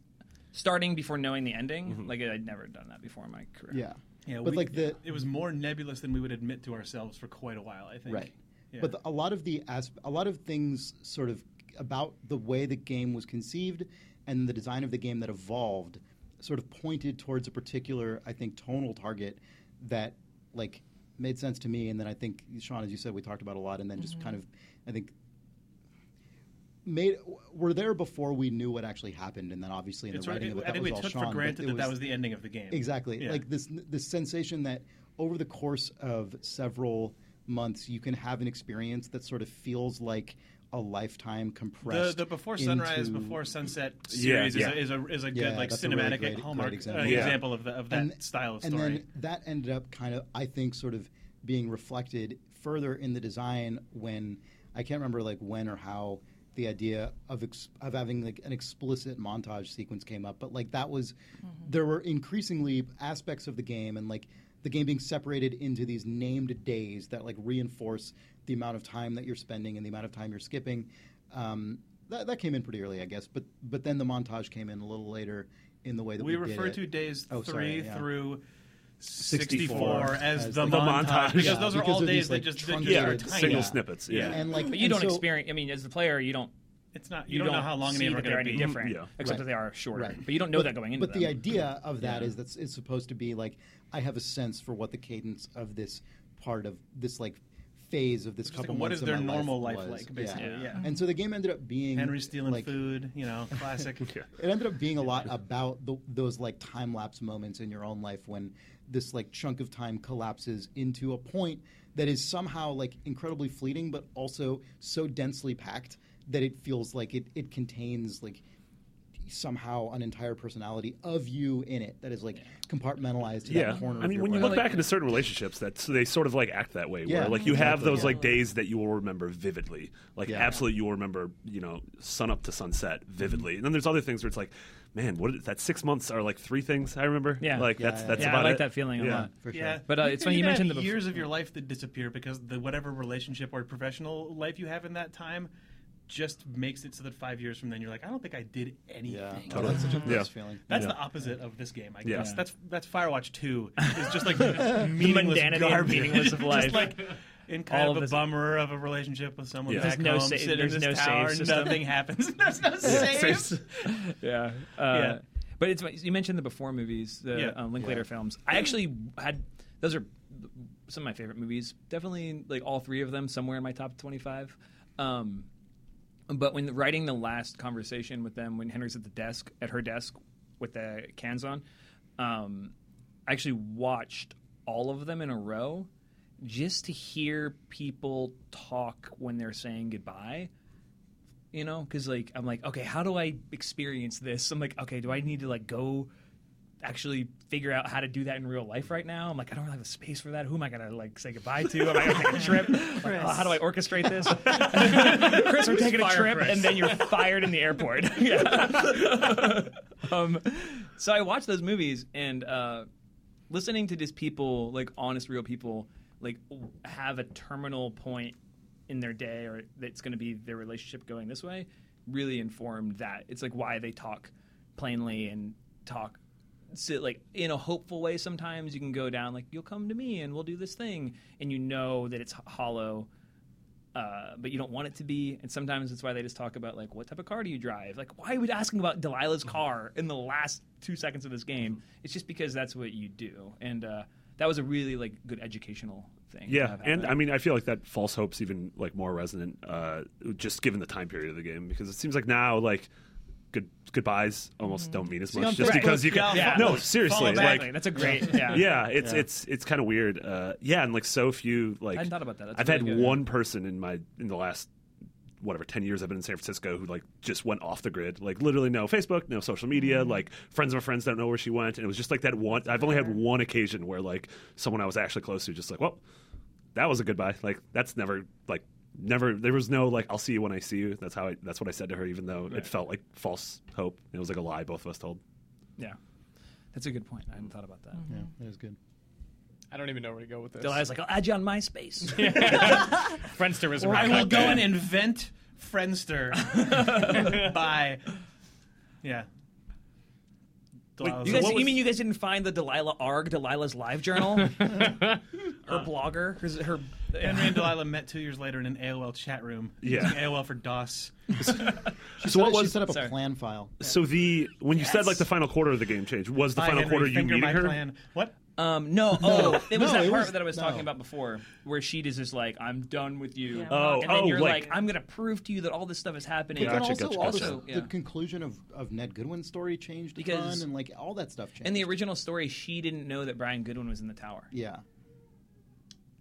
starting before knowing the ending. Like I'd never done that before in my career.
yeah
Mm-hmm. yeah,
but
we-
like the
it was more nebulous than we would admit to ourselves for quite a while. I think.
Right.
Yeah.
But the, a lot of the as, a lot of things sort of about the way the game was conceived and the design of the game that evolved sort of pointed towards a particular, I think, tonal target that like made sense to me. And then I think Sean, as you said, we talked about a lot, and then just kind of, I think, made were there before we knew what actually happened. And then obviously in
It's
the
right.
writing of it,
I
that
think
was
we
all
took
Sean,
for
but
granted
it
that that was the ending of the game.
Exactly.
Yeah.
Like this this sensation that over the course of several months you can have an experience that sort of feels like a lifetime
The,
compressed.
the before sunrise,
into-
before sunset
Yeah,
series
yeah.
is, a, is a is a good
Yeah,
like
that's a really
cinematic
great-
hallmark
great
example,
example.
uh,
Yeah.
example of the, of that
And-
style of
and
story.
then that ended up kind of, I think, sort of being reflected further in the design when I can't remember like when or how the idea of ex- of having like an explicit montage sequence came up, but like that was
Mm-hmm.
there were increasingly aspects of the game and like the game being separated into these named days that like reinforce the amount of time that you're spending and the amount of time you're skipping. Um, that, that came in pretty early, I guess, but but then the montage came in a little later in the way that we,
we refer
did it.
to days
Oh,
three
sorry, yeah.
through
64
64 as,
as
the,
the
montage,
montage.
because
Yeah,
those are
because
all
of these,
days
like,
that just that just
truncated
are
yeah,
tiny.
single snippets. Yeah.
and like
But you
and
don't
so-
experience. I mean, as the player, you don't.
It's not
You,
you, don't, know how long
see
any of them
that they're
are going to
any
be.
different,
Yeah.
except
Right.
that they are shorter.
Right.
But you don't know
But-
that going into
But
them.
the idea of that is that it's supposed to be like I have a sense for what the cadence of this part of this like phase of this
Just like,
couple
what
months
is
of
their
my
normal
life,
life
was.
like, basically, yeah.
And so the game ended up being
Henry stealing
Mm, like,
food, you know, classic.
It ended up being a lot about the, those like time lapse moments in your own life when this like chunk of time collapses into a point that is somehow like incredibly fleeting, but also so densely packed that it feels like it, it contains like somehow an entire personality of you in it that is like compartmentalized to
Yeah,
that corner.
I
of
mean,
your
when you
brain.
look back into certain relationships, that's they sort of like act that way.
Yeah, Mm-hmm.
where like you have
exactly.
those like days that you will remember vividly, like
Yeah.
absolutely you will remember, you know, sun up to sunset vividly. And then there's other things where it's like, man, what is- that six months are like three things I remember.
Yeah.
like
Yeah,
that's
yeah,
that's
yeah,
about
I like
it.
that feeling a
Yeah.
lot.
for sure.
Yeah,
But, uh,
You
it's
could-
funny you
could have
mentioned the bef-
years of your life that disappear because the whatever relationship or professional life you have in that time just makes it so that five years from then you're like, I don't think I did anything.
yeah, Oh, that's such a nice
Yeah.
feeling.
That's
Yeah.
the opposite of this game, I
Yeah.
guess. That's that's Firewatch Two. It's just like meaningless
mundanity and
garbage,
meaningless of life.
just like in kind
All
of,
of
a
this-
bummer of a relationship with someone
Yeah.
back
There's no
home,
sa-
sit
there's
in
no
this
save
tower, and
system.
nothing happens. there's no
Yeah.
save.
yeah. Uh,
Yeah.
But it's you mentioned the before movies, the
Yeah.
uh, Linklater films. I actually had those are some of my favorite movies. Definitely like all three of them somewhere in my top twenty-five. Um, but when writing the last conversation with them, when Henry's at the desk at her desk with the cans on, um, I actually watched all of them in a row just to hear people talk when they're saying goodbye you know because like i'm like okay how do i experience this i'm like okay do i need to like go actually figure out how to do that in real life right now i'm like i don't really have the space for that who am i gonna like say goodbye to am i gonna take a trip Like, oh, how do i orchestrate this chris we're taking a
Fire
trip
Chris.
and then you're fired in the airport Yeah. um, so i watched those movies and uh, listening to just people like honest real people like w- have a terminal point in their day or that's going to be their relationship going this way really informed that it's like why they talk plainly and talk so, like in a hopeful way sometimes you can go down like you'll come to me and we'll do this thing and you know that it's h- hollow uh, but you don't want it to be. And sometimes it's why they just talk about like what type of car do you drive? Like why are we asking about Delilah's car in the last two seconds of this game? It's just because that's what you do. And uh, that was a really like good educational thing. to
Yeah,
have
and
happen.
I mean, I feel like that false hope's even like more resonant, uh, just given the time period of the game, because it seems like now, like good goodbyes
Mm-hmm.
almost don't mean as
See,
much,
on
just
Facebook-
because you can.
Yeah.
No,
Follow
seriously,
back.
like
that's a great yeah.
yeah, it's it's it's kind of weird. Uh, yeah, and like so few like
I hadn't thought about that. That's
I've
really
had
good.
one person in my in the last whatever 10 years I've been in San Francisco who like just went off the grid. Like literally no Facebook, no social media,
Mm-hmm.
like friends of my friends don't know where she went and it was just like that one I've only had one occasion where like someone I was actually close to just like, "Well, that was a goodbye." Like that's never like never there was no like I'll see you when I see you. That's how I that's what I said to her even though it felt like false hope. It was like a lie both of us told.
yeah. That's a good point. I hadn't thought about that.
Yeah, that is good.
I don't even know where to go with this.
Delilah's like, I'll add you on MySpace.
Friendster was
I
around
will
back
go
then.
and invent Friendster. Bye. Yeah. Delilah.
You
So
guys,
what
you
was-
mean you guys didn't find the Delilah ARG, Delilah's live journal? her blogger? Her, her,
Henry and Delilah met two years later in an AOL chat room.
Yeah.
Using AOL for DOS.
So what
she
was
set up
sorry.
a plan file.
so the when you said like the final quarter of the game change was the
Hi,
final
Henry,
quarter you
finger
meeting
my
her?
Plan. What?
um, no, oh, it was
No,
that
it
part
was-
that I was
no.
talking about before, where she is just like, "I'm done with you,"
Yeah.
Oh,
and then
oh,
you're
like-
like, "I'm gonna prove to you that all this stuff is happening."
But
Gotcha,
then also,
gotcha,
all
gotcha.
the-
Also,
the
yeah.
conclusion of, of Ned Goodwin's story changed a
Because-
ton, and like all that stuff changed.
In the original story, she didn't know that Brian Goodwin was in the tower.
yeah,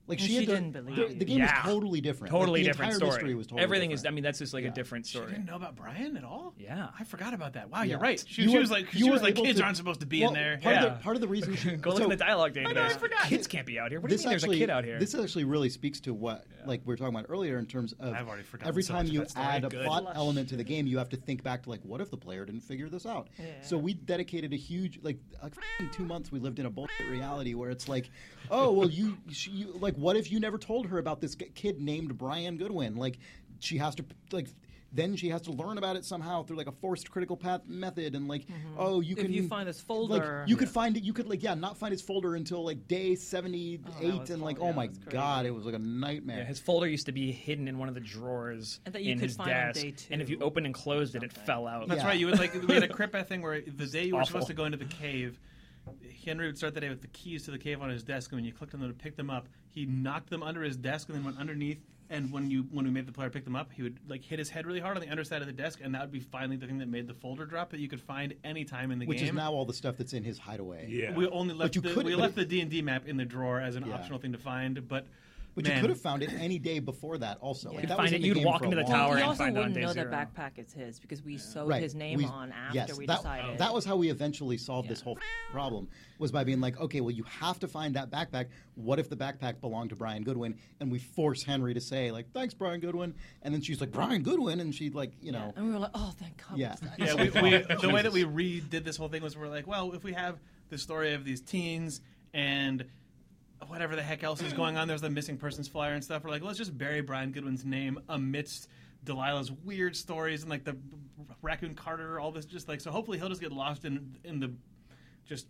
like
And
she,
she
had
didn't
to,
believe
the,
you.
the game
Yeah.
was totally different.
Totally
like, the
different
entire
story.
mystery was totally
Everything is. I
different.
mean, that's just like
Yeah.
a different
She
story.
didn't know about Brian at all.
Yeah.
I forgot about that. Wow,
Yeah.
you're right. She,
You
she
were-
was like, she
you
was
were
like,
able
kids
to-
aren't supposed to be
well,
in there.
Part, of
Yeah.
the, part of the reason she
Go look
so
in the dialogue database.
I forgot.
Kids can't be out here. What do you
this
mean there's
actually-
a kid out here?
This actually really speaks to what like we were talking about earlier in terms of
I've already forgotten
every
so
time
much
you
about story.
add a
Good.
plot
Lush.
element to the game, you have to think back to like what if the player didn't figure this out?
Yeah.
So we dedicated a huge like like f***ing two months we lived in a bullshit reality where it's like, oh well you, she, you like what if you never told her about this g- kid named Brian Goodwin? Like she has to like. Then she has to learn about it somehow through like a forced critical path method, and like, oh, you
If
can
you find this folder-
like, you could find it. You could like, yeah, not find his folder until like day seventy
Oh, that
eight
was
and like
fun.
oh
Yeah,
my
that's crazy.
god it was like a nightmare
Yeah, his folder used to be hidden in one of the drawers
And that you
in
could
his
find on
desk,
day
and if you
two
opened and closed it, it
something.
fell out.
That's
Yeah.
right. You would like we had a crypta thing where the day you were
Awful.
supposed to go into the cave, Henry would start the day with the keys to the cave on his desk, and when you clicked on them to pick them up, he knocked them under his desk and then went underneath. And when you when we made the player pick them up, he would like hit his head really hard on the underside of the desk, and that would be finally the thing that made the folder drop that you could find any time in the
which
game.
is now all the stuff that's in his hideaway
Yeah.
we only left
you
the,
couldn't-
we
but
left
it-
the D and D map in the drawer as an
Yeah.
optional thing to find, but
but
man,
you could have found it any day before that also
You
like,
could
that
find
was
it,
in the
you'd
game
walk
for a
into the
long
tower
he
time.
and
also
find out
wouldn't
day
know
zero.
that backpack is his because we sewed
Right.
his name
We-
on after
yes,
we
that,
decided.
That was how we eventually solved this whole problem was by being like, okay, well, you have to find that backpack. What if the backpack belonged to Brian Goodwin? And we force Henry to say like, thanks, Brian Goodwin. And then she's like, Brian Goodwin, and she like, you know,
and we were like, oh, thank God.
Yeah.
Yeah, we, we, the way that we redid this whole thing was we're like, well, if we have the story of these teens and whatever the heck else is going on, there's the missing persons flyer and stuff. We're like, let's just bury Brian Goodwin's name amidst Delilah's weird stories and like the raccoon Carter, all this. Just like so, hopefully he'll just get lost in in the just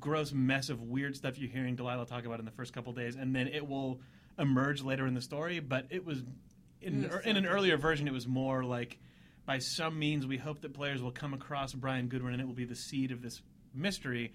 gross mess of weird stuff you're hearing Delilah talk about in the first couple days, and then it will emerge later in the story. But it was in,
was
or-
so
in an earlier version, it was more like by some means we hope that players will come across Brian Goodwin and it will be the seed of this mystery.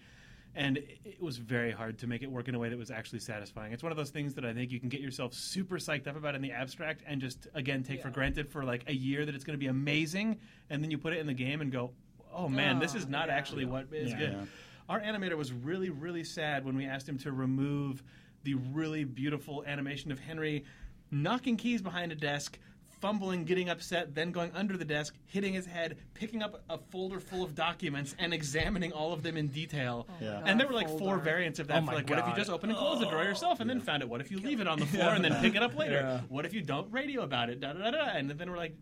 And it- it was very hard to make it work in a way that was actually satisfying. It's one of those things that I think you can get yourself super psyched up about in the abstract and just again take for granted for like a year that it's going to be amazing, and then you put it in the game and go, "Oh man, this
Oh,
is not
yeah.
actually what is
Yeah.
good." Our animator was really, really sad when we asked him to remove the really beautiful animation of Henry knocking keys behind a desk, fumbling, getting upset, then going under the desk, hitting his head, picking up a folder full of documents, and examining all of them in detail.
Yeah.
And there
Oh, God,
were like four
folder.
variants of that.
Oh
for
my
like, what if
God.
you just open and close the drawer yourself and then found it? What if you leave it on the floor and then pick it up later? What if you don't radio about it? Da da da da. And then we're like,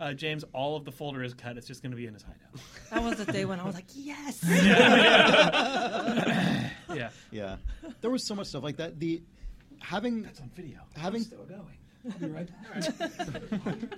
uh, James, all of the folder is cut. It's just going to be in his hideout.
That was the day when I was like, yes.
yeah,
yeah, there was so much stuff like that. The having
it's on video.
having
going.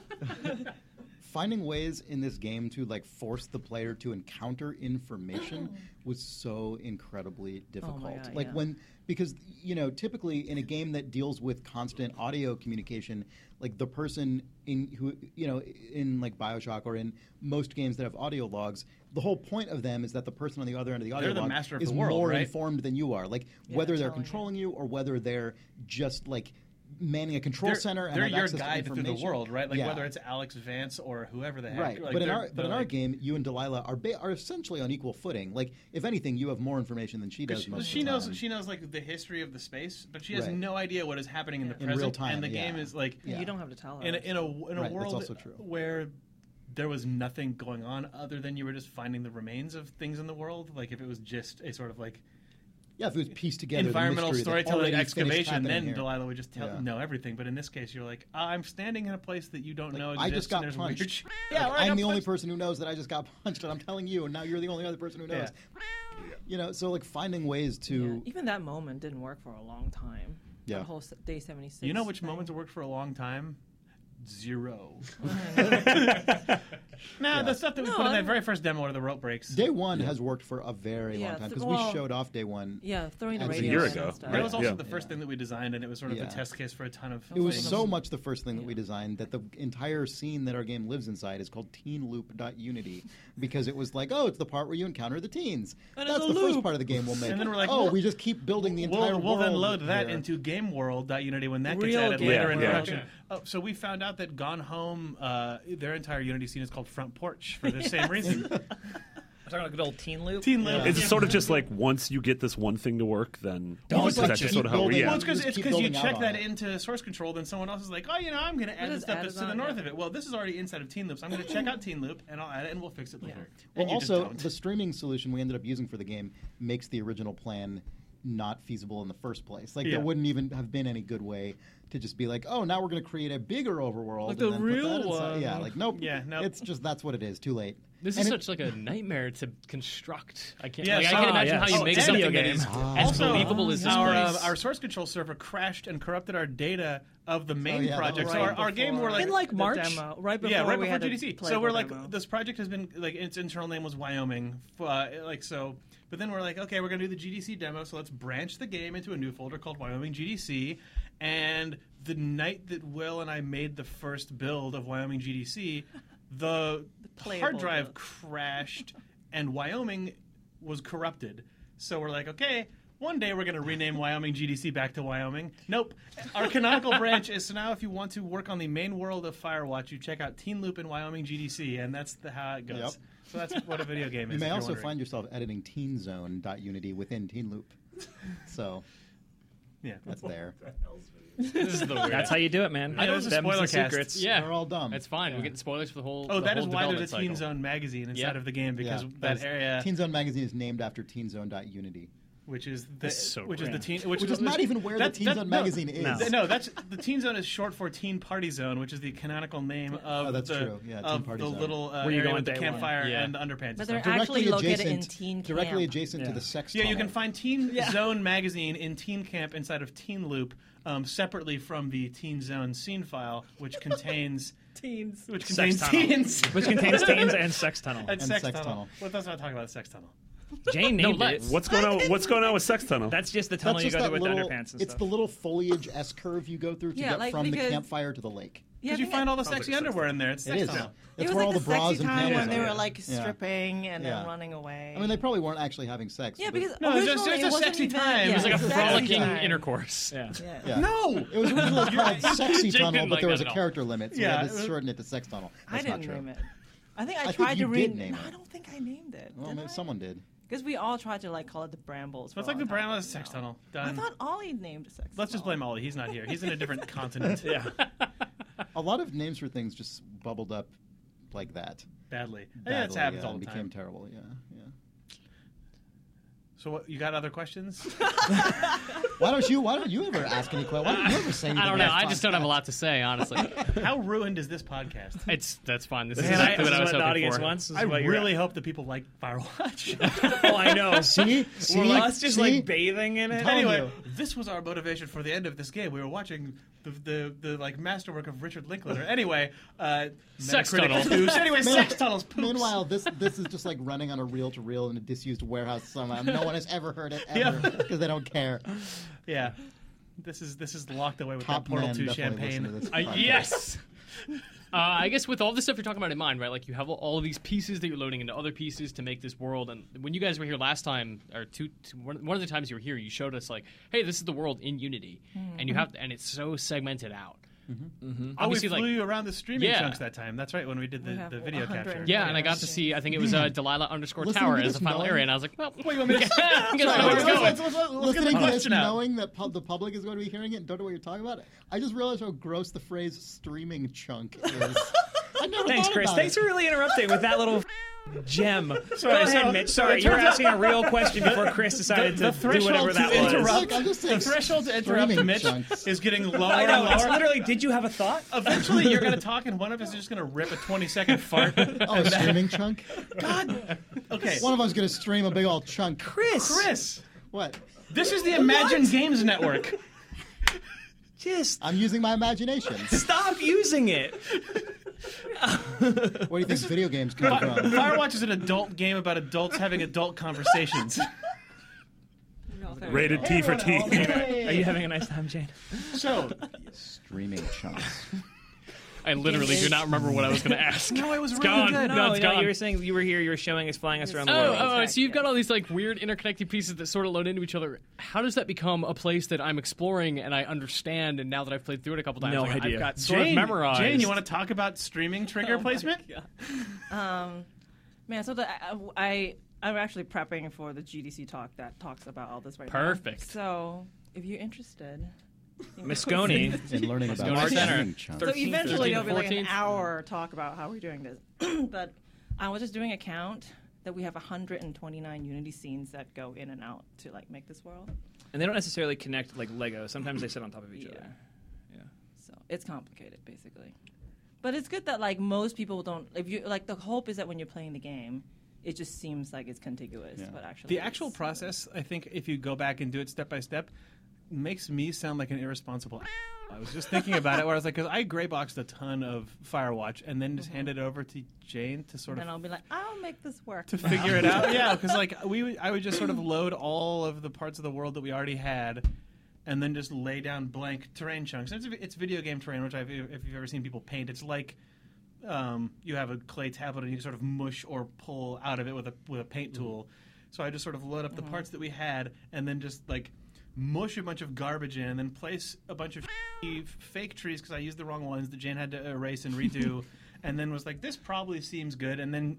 finding ways in this game to like force the player to encounter information was so incredibly difficult.
Oh God,
like
yeah.
when because you know typically in a game that deals with constant audio communication, like the person in who you know in like BioShock or in most games that have audio logs, the whole point of them is that the person on the other end of the audio
They're the
log
master of
is
the world,
more
right?
informed than you are. Like whether they're
totally.
controlling you or whether they're just like manning a control
they're,
center and
they're
have
your
access to
guide through the
information.
world, right? Like
Yeah.
whether it's Alex Vance or whoever the heck.
Right,
like,
but in
they're-
our but in
they're
our
like-
game, you and Delilah are ba- are essentially on equal footing. Like, if anything, you have more information than she does.
she,
most of
she
the
knows
time.
she knows like the history of the space, but she has
Right.
no idea what is happening in the
In
present.
real time,
and the
yeah.
game is like
Yeah.
You don't have to tell her.
in a, in a in a
Right, that's
world
also true.
where there was nothing going on other than you were just finding the remains of things in the world. Like if it was just a sort of like
Yeah, if it was pieced together, the
environmental
mystery that
storytelling
already finished
excavation,
happening
then
here.
Delilah would just tell
Yeah.
know everything. But in this case, you're like, I'm standing in a place that you don't know
I
exists.
just
and
got
there's
punched.
Weird shit.
Like,
Yeah, right, I
I'm
got
the only
punched.
person who knows that I just got punched, and I'm telling you, and now you're the only other person who knows. You know, so like finding ways
yeah.
to
Even that moment didn't work for a long time.
Yeah.
That whole s- day 76.
You know which
thing.
moments worked for a long time? zero. nah, the stuff that we
No,
put in that
I'm-
very first demo are the rope breaks.
Day one has worked for a very
Yeah,
long time
th-
because
well-
we showed off day one.
Yeah, throwing the
That's a
radio
year
in
ago.
and stuff.
that was
Right.
also
Yeah.
the first thing that we designed, and it was sort of
Yeah.
the test case for a ton of.
It was
things.
so much the first thing that we designed that the entire scene that our game lives inside is called teenloop.unity because it was like, oh, it's the part where you encounter the teens.
And it's
That's
a
the first
loop.
part of the game we'll make.
And then we're like,
oh,
well-
we just keep building the entire
we'll, we'll
world.
then load that
here.
into GameWorld.Unity when that
Real
gets added
game
later in
world.
production.
Yeah.
Oh, so we found out that Gone Home, uh, their entire Unity scene is called Front Porch for the same reason.
I'm talking about good old Teen Loop.
Teen Loop.
It's sort of just like once you get this one thing to work, then
Don't
is
touch
that
it.
just sort of how we
Well,
Keep
yeah.
it's because
Just keep
you
building out
check
on
that
it.
into source control, then someone else is like, oh, you know, I'm going to add
just
this stuff
add
that's
it
to the
on,
north
yeah.
of it. Well, this is already inside of Teen Loops. I'm going to check out Teen Loop, and I'll add it, and we'll fix it later.
Well,
And you just
also,
don't.
the streaming solution we ended up using for the game makes the original plan not feasible in the first place. Like,
Yeah.
there wouldn't even have been any good way to just be like, oh, now we're going to create a bigger overworld.
Like
and
the
then put
real
that inside."
one.
Yeah, like, nope.
Yeah, nope.
It's just that's what it is. Too late.
This
And
is
it-
such like a nightmare to construct. I can't.
Yes.
Like, I can't
Ah,
imagine
yes.
how you
Oh,
make
it's a
something
video
that
game.
is
Ah.
as
Also,
believable as this
our,
place.
uh, our source control server crashed and corrupted our data of the main
Oh, yeah, that
project.
was
so our,
right
our game
before-
were like
In, like,
the
March?
demo.
Right
yeah,
before
right
we
before
had a
GDC. So
playable
we're like,
demo.
this project has been like its internal name was Wyoming, f- uh, like so. But then we're like, okay, we're gonna do the GDC demo, so let's branch the game into a new folder called Wyoming GDC. And the night that Will and I made the first build of Wyoming GDC, the, hard
playable
drive
build.
crashed and Wyoming was corrupted. So we're like, okay, one day we're going to rename Wyoming GDC back to Wyoming. Nope. Our canonical branch is so now if you want to work on the main world of Firewatch, you check out Teen Loop and Wyoming GDC, and that's the, how it goes.
Yep.
So that's what a video game is.
You
if
may
you're
also
wondering.
find yourself editing teenzone.unity within Teen Loop. So
Yeah.
that's there.
this is the weirdest.
That's how you do it, man.
Yeah, this is
Them's
spoiler
the
cast.
secrets.
yeah,
They're all dumb.
That's fine. We're getting spoilers for the whole.
Oh,
the
that
whole
is why there's a
development cycle.
Teen Zone magazine inside
Yeah.
of the game because
Yeah,
that
that's-
area,
Teen Zone magazine is named after teenzone.unity.
which is the
so
which is
random.
the teen, which,
Which is not even where the
that-
Teen
that-
Zone
no.
magazine is.
Th- No, that's the Teen Zone is short for Teen Party Zone, which is the canonical name of
Oh, that's
the,
true. Yeah, Teen
of
Party
the
Zone.
little uh,
Where you
area
go
with
on
the
day one.
campfire
Yeah.
and the underpants.
But
and
they're
stuff.
actually
Directly
located
adjacent,
in teen
directly
camp.
adjacent to the sex
yeah, you
tunnel.
can find Teen Zone magazine in Teen Camp inside of Teen Loop, um, separately from the Teen Zone scene file, which contains
Teens.
which
Sex
contains
tunnel.
teens
Which contains teens and sex tunnel.
and, sex,
sex
tunnel.
tunnel.
Well, that's not talking about the sex tunnel.
Jane
No,
named it.
let's.
What's going on? What's going on with Sex Tunnel?
That's just the
That's
tunnel you
just
go
that
through with
little,
underpants and
It's
stuff.
the little foliage S curve you go through to
Yeah,
get
like,
from the
because-
campfire to the lake.
Because you find all the sexy underwear in there. It's
It
sex
is.
tunnel.
It's
it was
where
like
all
the
the bras
sexy
and
time
panties
when they
are.
were like
Yeah.
stripping and
Yeah.
then running away.
I mean, they probably weren't actually having sex.
yeah,
but-
because
No, it was
originally
just- it's a
wasn't
sexy
even-
time.
Yeah,
It
It's
was
like a
sexy
frolicking
time.
intercourse.
yeah.
Yeah.
yeah.
No.
It was originally called Sexy
Jake
Tunnel,
didn't
but
like
there
that
was a
at all.
character limit, so
Yeah,
we had
it
to
was-
shorten it to Sex Tunnel.
I
That's
didn't
not true.
name it. I think I,
think
tried
you
to
did
read.
name it.
I don't think I named it.
Well, maybe someone did.
Because we all tried to like call it the Brambles.
So
That's
it's like the brown is sex tunnel. Done.
I thought Ollie named a sex.
Let's just blame Ollie. He's not here. He's in a different continent. Yeah.
A lot of names for things just bubbled up like that.
Badly. yeah,
Badly,
it's happens
yeah,
all
and
the
became
time.
terrible. Yeah, yeah.
so what, you got other questions?
Why don't you? Why don't you ever ask any questions? Why don't you ever say anything?
I don't know.
last
I just
time?
don't have a lot to say, honestly.
How ruined is this podcast?
it's that's fine. This is
Man, I,
exactly
this
what
is
I was
what the
hoping
audience
for.
wants. This is
I
what you're-
really hope that people like Firewatch.
Oh, I know.
See, see,
We're us just
see?
like bathing in it.
Tell
Anyway,
anyway, this was our motivation for the end of this game. We were watching the the, the like masterwork of Richard Linklater. Anyway, uh,
Sex
Metacritic
tunnel.
poops. Anyway, sex tunnels. Poops.
Meanwhile, this this is just like running on a reel to reel in a disused warehouse somehow. No one has ever heard it ever
Yeah.
because they don't care.
yeah, this is this is locked away with
Top
that Portal
men
Two
definitely
champagne. Oh,
listen to this.
Uh,
podcast.
yes. Uh, I guess with all the stuff you're talking about in mind, right? Like you have all of these pieces that you're loading into other pieces to make this world. And when you guys were here last time, or two, two one, one of the times you were here, you showed us like, hey, this is the world in Unity, and you have, and it's so segmented out.
Oh, we
Obviously,
flew
like-
you around the streaming
Yeah.
chunks that time. That's right when we did the,
We have
the video
100.
capture.
Yeah, and I got to see. I think it was uh, Delilah underscore
Listen
Tower
to
as
this
the final
knowing-
area, and I was like, well,
Wait a minute.
I'm gonna know where we're going.
Let's- let's- let's- let's get the
Listening to this,
question out.
knowing that pub- the public is going to be hearing it, and don't know what you're talking about. I just realized how gross the phrase "streaming chunk" is. I never
Thanks,
thought
Chris.
about
Thanks
it.
for really interrupting with that little gem.
Sorry,
Go ahead,
so-
Mitch.
so
Sorry,
it
you were
turns out-
asking a real question before Chris decided
the
to do whatever
threshold
that
to
was.
interrupt-
Like, I'm just
The
saying
threshold to interrupt
streaming
Mitch
chunks.
is getting lower
I
and
know. It's
lower.
literally. Did you have a thought?
Eventually, you're going to talk, and one of us is just going to rip a 20 second fart.
Oh, a streaming chunk.
God. Okay.
One of them's going to stream a big old chunk.
Chris.
Chris,
What?
this is the Imagine Games Network.
Just
I'm using my imagination.
stop using it.
Where do you think video games come from?
Firewatch is an adult game about adults having adult conversations.
Rated T for T.
Are you having a nice time, Jane?
So,
Streaming chunks.
I literally do not remember what I was going to ask.
no, it was really
gone.
good. Oh,
No, it's gone.
you were saying you were here. You were showing us, flying us around the
Oh,
world.
oh,
Exactly.
so you've got all these like weird interconnected pieces that sort of load into each other. How does that become a place that I'm exploring and I understand? And now that I've played through it a couple times,
No
like,
idea.
I've got sort
Jane,
of memorized.
Jane, you want to talk about streaming trigger
my
placement?
Um, man, so the, I, I I'm actually prepping for the GDC talk that talks about all this right
Perfect.
now. So if you're interested,
Moscone.
In learning
go
about
to center.
streaming chunks.
so eventually
13th,
it'll be like
14th.
an hour talk about how we're doing this. but I was just doing a count that we have 129 Unity scenes that go in and out to like make this world.
and they don't necessarily connect like Lego. Sometimes they sit on top of each
Yeah.
other. Yeah.
So it's complicated, basically. But it's good that like most people don't. If you like, the hope is that when you're playing the game, it just seems like it's contiguous,
Yeah.
but actually
The
it's-
actual process, I think, if you go back and do it step by step, makes me sound like an irresponsible. a- I was just thinking about it, where I was like, because I gray boxed a ton of Firewatch and then just handed it over to Jane to sort
And
of
then I'll be like, I'll make this work.
to figure it out. Yeah, because like we, would- I would just sort of load all of the parts of the world that we already had, and then just lay down blank terrain chunks. It's, it's video game terrain, which I've, if you've ever seen people paint, it's like um, you have a clay tablet and you sort of mush or pull out of it with a with a paint tool. So I just sort of load up the parts that we had, and then just like mush a bunch of garbage in, and then place a bunch of fake trees because I used the wrong ones that Jane had to erase and redo. And then was like, this probably seems good. And then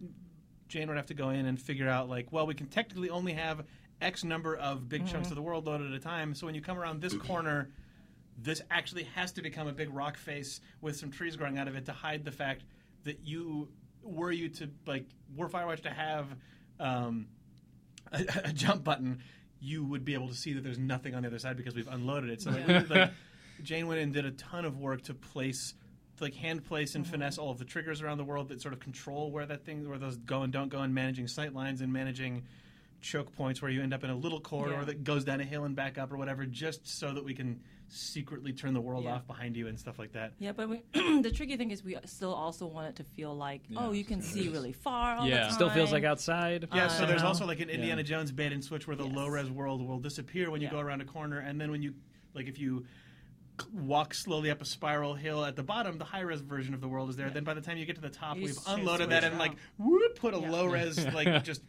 Jane would have to go in and figure out like, well, we can technically only have X number of big chunks of the world loaded at a time. So when you come around this corner, this actually has to become a big rock face with some trees growing out of it to hide the fact that you were you to like were Firewatch to have um, a, a jump button, you would be able to see that there's nothing on the other side because we've unloaded it. So like, we- like, Jane went and did a ton of work to place, to like hand place and finesse all of the triggers around the world that sort of control where that thing, where those go and don't go, and managing sight lines and managing choke points where you end up in a little corridor
Yeah.
that goes down a hill and back up or whatever, just so that we can secretly turn the world
Yeah.
off behind you and stuff like that.
Yeah, but we, the tricky thing is we still also want it to feel like, oh, you can see really far. All
Yeah.
the time.
Still feels like outside.
Yeah, so there's
somehow.
also like an Indiana Jones bait and switch where the
Yes.
low res world will disappear when you
Yeah.
go around a corner, and then when you like if you c- walk slowly up a spiral hill at the bottom, the high res version of the world is there. Then by the time you get to the top,
You
we've
just
unloaded
switch
that and
around.
like whoop, put a
Yeah.
low res like just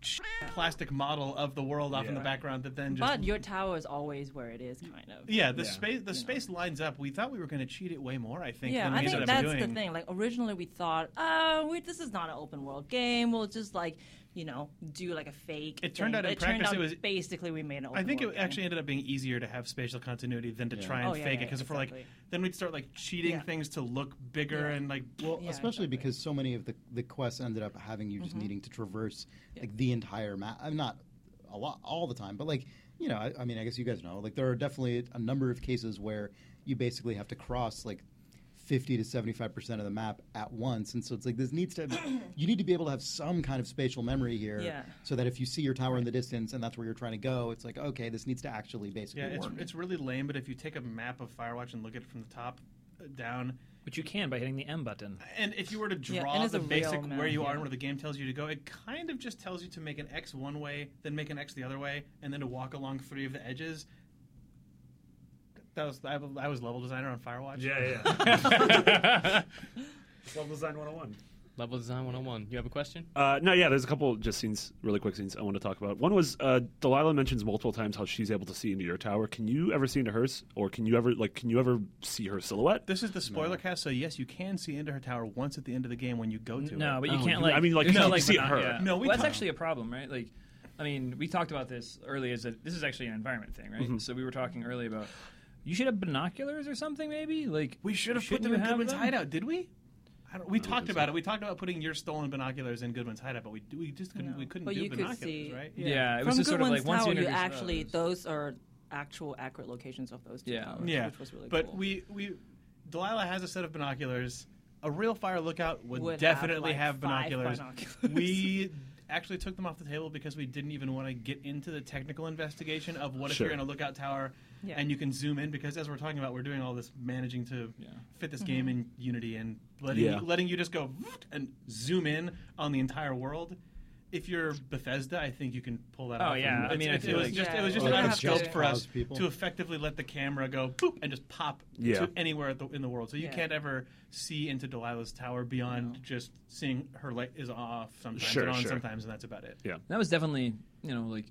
sh- plastic model of the world off in the
Yeah.
background that then just
But your tower is always where it is, kind of.
yeah the
Yeah.
space the space lines up. We thought we were going to cheat it way more. I think
Yeah,
than
I
we
think
ended up
that's the
doing.
thing. Like originally, we thought, oh, we, this is not an open world game. We'll just like, you know, do like a fake.
It turned
thing.
out
But
in
it turned
practice it
out
was-
basically we made an. Open
I think it
world game.
actually ended up being easier to have spatial continuity than to try and
Oh, yeah,
fake it
yeah,
because if we're like,
exactly.
then we'd start like cheating
Yeah.
things to look bigger
Yeah.
and like,
Well,
Yeah, exactly.
especially
Mm-hmm.
because so many of the, the quests ended up having you just needing to traverse like the entire map. I'm not a lot all the time, but like you know, I, I mean, I guess you guys know. Like there are definitely a number of cases where you basically have to cross like. 50 to 75% of the map at once and so it's like this needs to you need to be able to have some kind of spatial memory here
Yeah.
so that if you see your tower in the distance and that's where you're trying to go it's like okay this needs to actually basically
yeah, it's,
work
it's really lame. But if you take a map of Firewatch and look at it from the top uh, down,
Which you can by hitting the M button.
and if you were to
Yeah,
draw
it is
the
a real
basic
map,
where you are
yeah.
and where the game tells you to go, it kind of just tells you to make an X one way, then make an X the other way, and then to walk along three of the edges. That was I, I was level designer on Firewatch.
Yeah, yeah. Level Design 101.
Level Design 101. You have a question?
Uh, no, yeah, there's a couple just scenes, really quick scenes I want to talk about. One was uh, Delilah mentions multiple times how she's able to see into your tower. Can you ever see into hers, or can you ever like can you ever see her silhouette?
This is the spoiler cast, so yes, you can see into her tower once at the end of the game when you go to it.
No, but you
Oh,
can't
you-
like.
I mean, like,
there's
no,
no,
you
like,
see
but not-
her.
yeah.
No, we
well, that's
can't.
actually a problem, right? Like, I mean, we talked about this earlier. Is that this is actually an environment thing, right?
Mm-hmm.
So we were talking earlier about you should have binoculars or something, maybe. Like
We should have put
shouldn't
them
you
in
have
Goodwin's
them?
hideout, did we? I don't, we talked about it. We talked about putting your stolen binoculars in Goodwin's hideout, but we we just couldn't we couldn't
But
do
you could
binoculars,
see-
right?
Yeah, it was
From
just
Good
sort of
One's
like once
Tower,
you
you
introduce
actually
those.
those are actual accurate locations of those two
Yeah.
towers,
Yeah,
which was really
but
cool.
we we Delilah has a set of binoculars. A real fire lookout would,
Would have,
definitely
like,
have,
five
binoculars.
binoculars.
We actually took them off the table because we didn't even want to get into the technical investigation of what if
Sure.
you're in a lookout tower
Yeah.
and you can zoom in because as we're talking about, we're doing all this managing to fit
Mm-hmm.
this game in Unity and letting
Yeah.
you, letting you just go "Voot," and zoom in on the entire world. If you're Bethesda, I think you can pull that
Oh,
off.
yeah.
And
I
it's-
mean, I
it, it
feel
was
like-
just
Yeah.
it was just
Or
out of
just
scope for us
cause people.
to effectively let the camera go boop and just pop
Yeah.
to anywhere at the, in the world. So you
Yeah.
can't ever see into Delilah's tower beyond just seeing her light is off sometimes
Sure,
and on
sure.
sometimes, and that's about it.
Yeah.
That was definitely, you know, like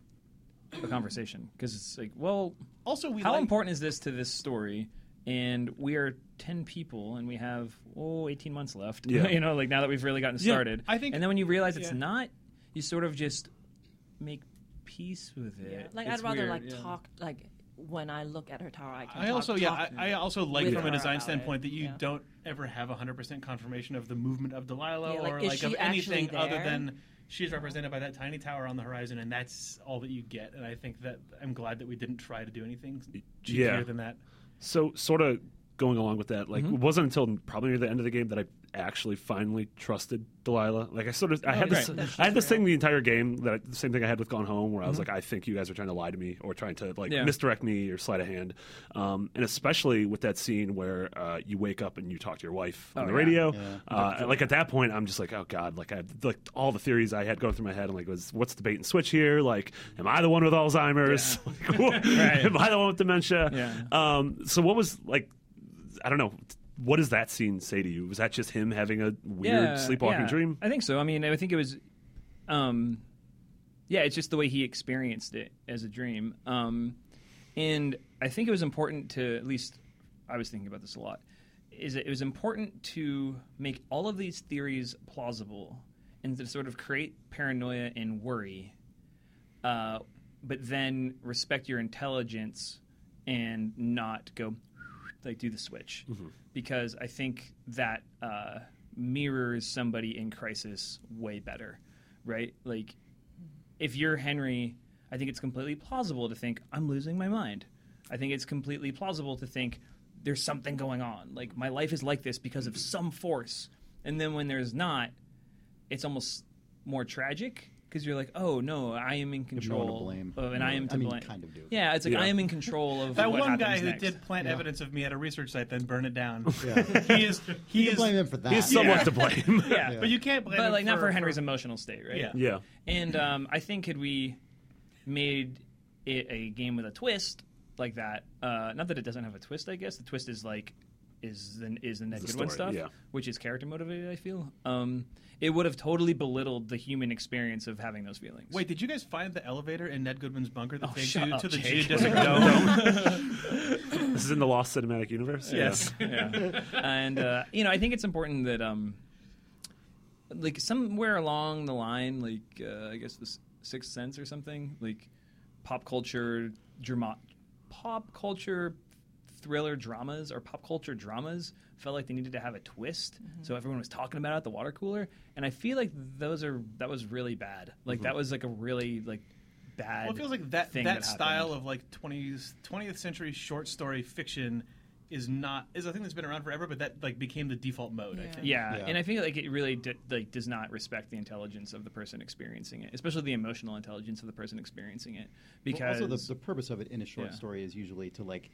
a conversation because it's like, well,
Also, we
how
like,
important is this to this story? And we are 10 people and we have, oh, 18 months left.
Yeah.
you know, like now that we've really gotten
Yeah,
started.
I think-
and then when you realize it's
yeah.
not, you sort of just make peace with it.
Yeah. Like
It's
I'd rather
weird,
like
yeah.
talk like when I look at her tower, I can.
I
talk-
also yeah
talk
I, I also like
with
from a
her
design
about
standpoint
it.
that you
Yeah.
don't ever have 100% confirmation of the movement of Delilah
Yeah, like,
or
is
like of
she actually
anything other
there?
than she's represented by that tiny tower on the horizon and that's all that you get and I think that I'm glad that we didn't try to do anything cheekier
Yeah.
than that.
So, sort of going along with that, like
Mm-hmm.
it wasn't until probably near the end of the game that I actually finally trusted Delilah. Like I sort of, I had
Oh, right.
That
this,
she's
I had this
real.
thing the entire game that I, the same thing I had with Gone Home, where I was like, I think you guys are trying to lie to me or trying to like
Mm-hmm. Yeah.
misdirect me or sleight of hand, um, and especially with that scene where uh, you wake up and you talk to your wife on
Oh,
the
yeah.
radio.
Yeah.
Uh, like at that point, I'm just like, oh god, like I like all the theories I had going through my head. I'm like, was what's the bait and switch here? Like, am I the one with Alzheimer's? Like, what- Am I the one with dementia?
Yeah.
Um, so what was like? I don't know. What does that scene say to you? Was that just him having a weird sleepwalking
yeah.
dream?
I think so. I mean, I think it was, um, yeah, it's just the way he experienced it as a dream. Um, and I think it was important to, at least I was thinking about this a lot, is that it was important to make all of these theories plausible and to sort of create paranoia and worry, uh, but then respect your intelligence and not go like do the switch because I think that uh, mirrors somebody in crisis way better, right? Like if you're Henry, I think it's completely plausible to think I'm losing my mind. I think it's completely plausible to think there's something going on. Like my life is like this because of some force. And then when there's not, it's almost more tragic because you're like, oh no, I am in
have no
control,
one to blame.
of- and I am to
I mean,
blame.
kind of do.
Yeah, it's like
Yeah.
I am in control of
That
what
one guy
happens
who
next.
did plant evidence of me at a research site, then burn it down.
Yeah.
He is. He
you
is.
can blame him for that.
He's somewhat to blame.
Yeah,
But you can't blame.
but
him
like not for Henry's
For,
emotional state, right?
Yeah.
yeah.
And um, I think had we made it a game with a twist like that, uh, not that it doesn't have a twist, I guess the twist is like is the is the Ned
The
Goodwin stuff,
story, yeah.
which is character motivated. I feel um, it would have totally belittled the human experience of having those feelings.
wait, did you guys find the elevator in Ned Goodman's bunker that
Oh,
they
shut
do
up,
to the
Jake.
geodesic dome?
This is in the Lost Cinematic Universe?
Yes.
yeah. And uh, you know, I think it's important that um, like somewhere along the line, like uh, I guess the S- Sixth Sense or something, like pop culture drama, pop culture thriller dramas or pop culture dramas felt like they needed to have a twist so everyone was talking about it at the water cooler and i feel like those are that was really bad like that was like a really like bad
Mm-hmm. Well, it feels like that
thing
that,
that
style
happened.
of like 20s 20th century short story fiction is not is a thing that's been around forever, but that like became the default mode. I
Yeah.
think.
Yeah,
Yeah.
and I feel like it really d- like does not respect the intelligence of the person experiencing it, especially the emotional intelligence of the person experiencing it.
Well,
Because
also the, the purpose of it in a short
Yeah.
story is usually to like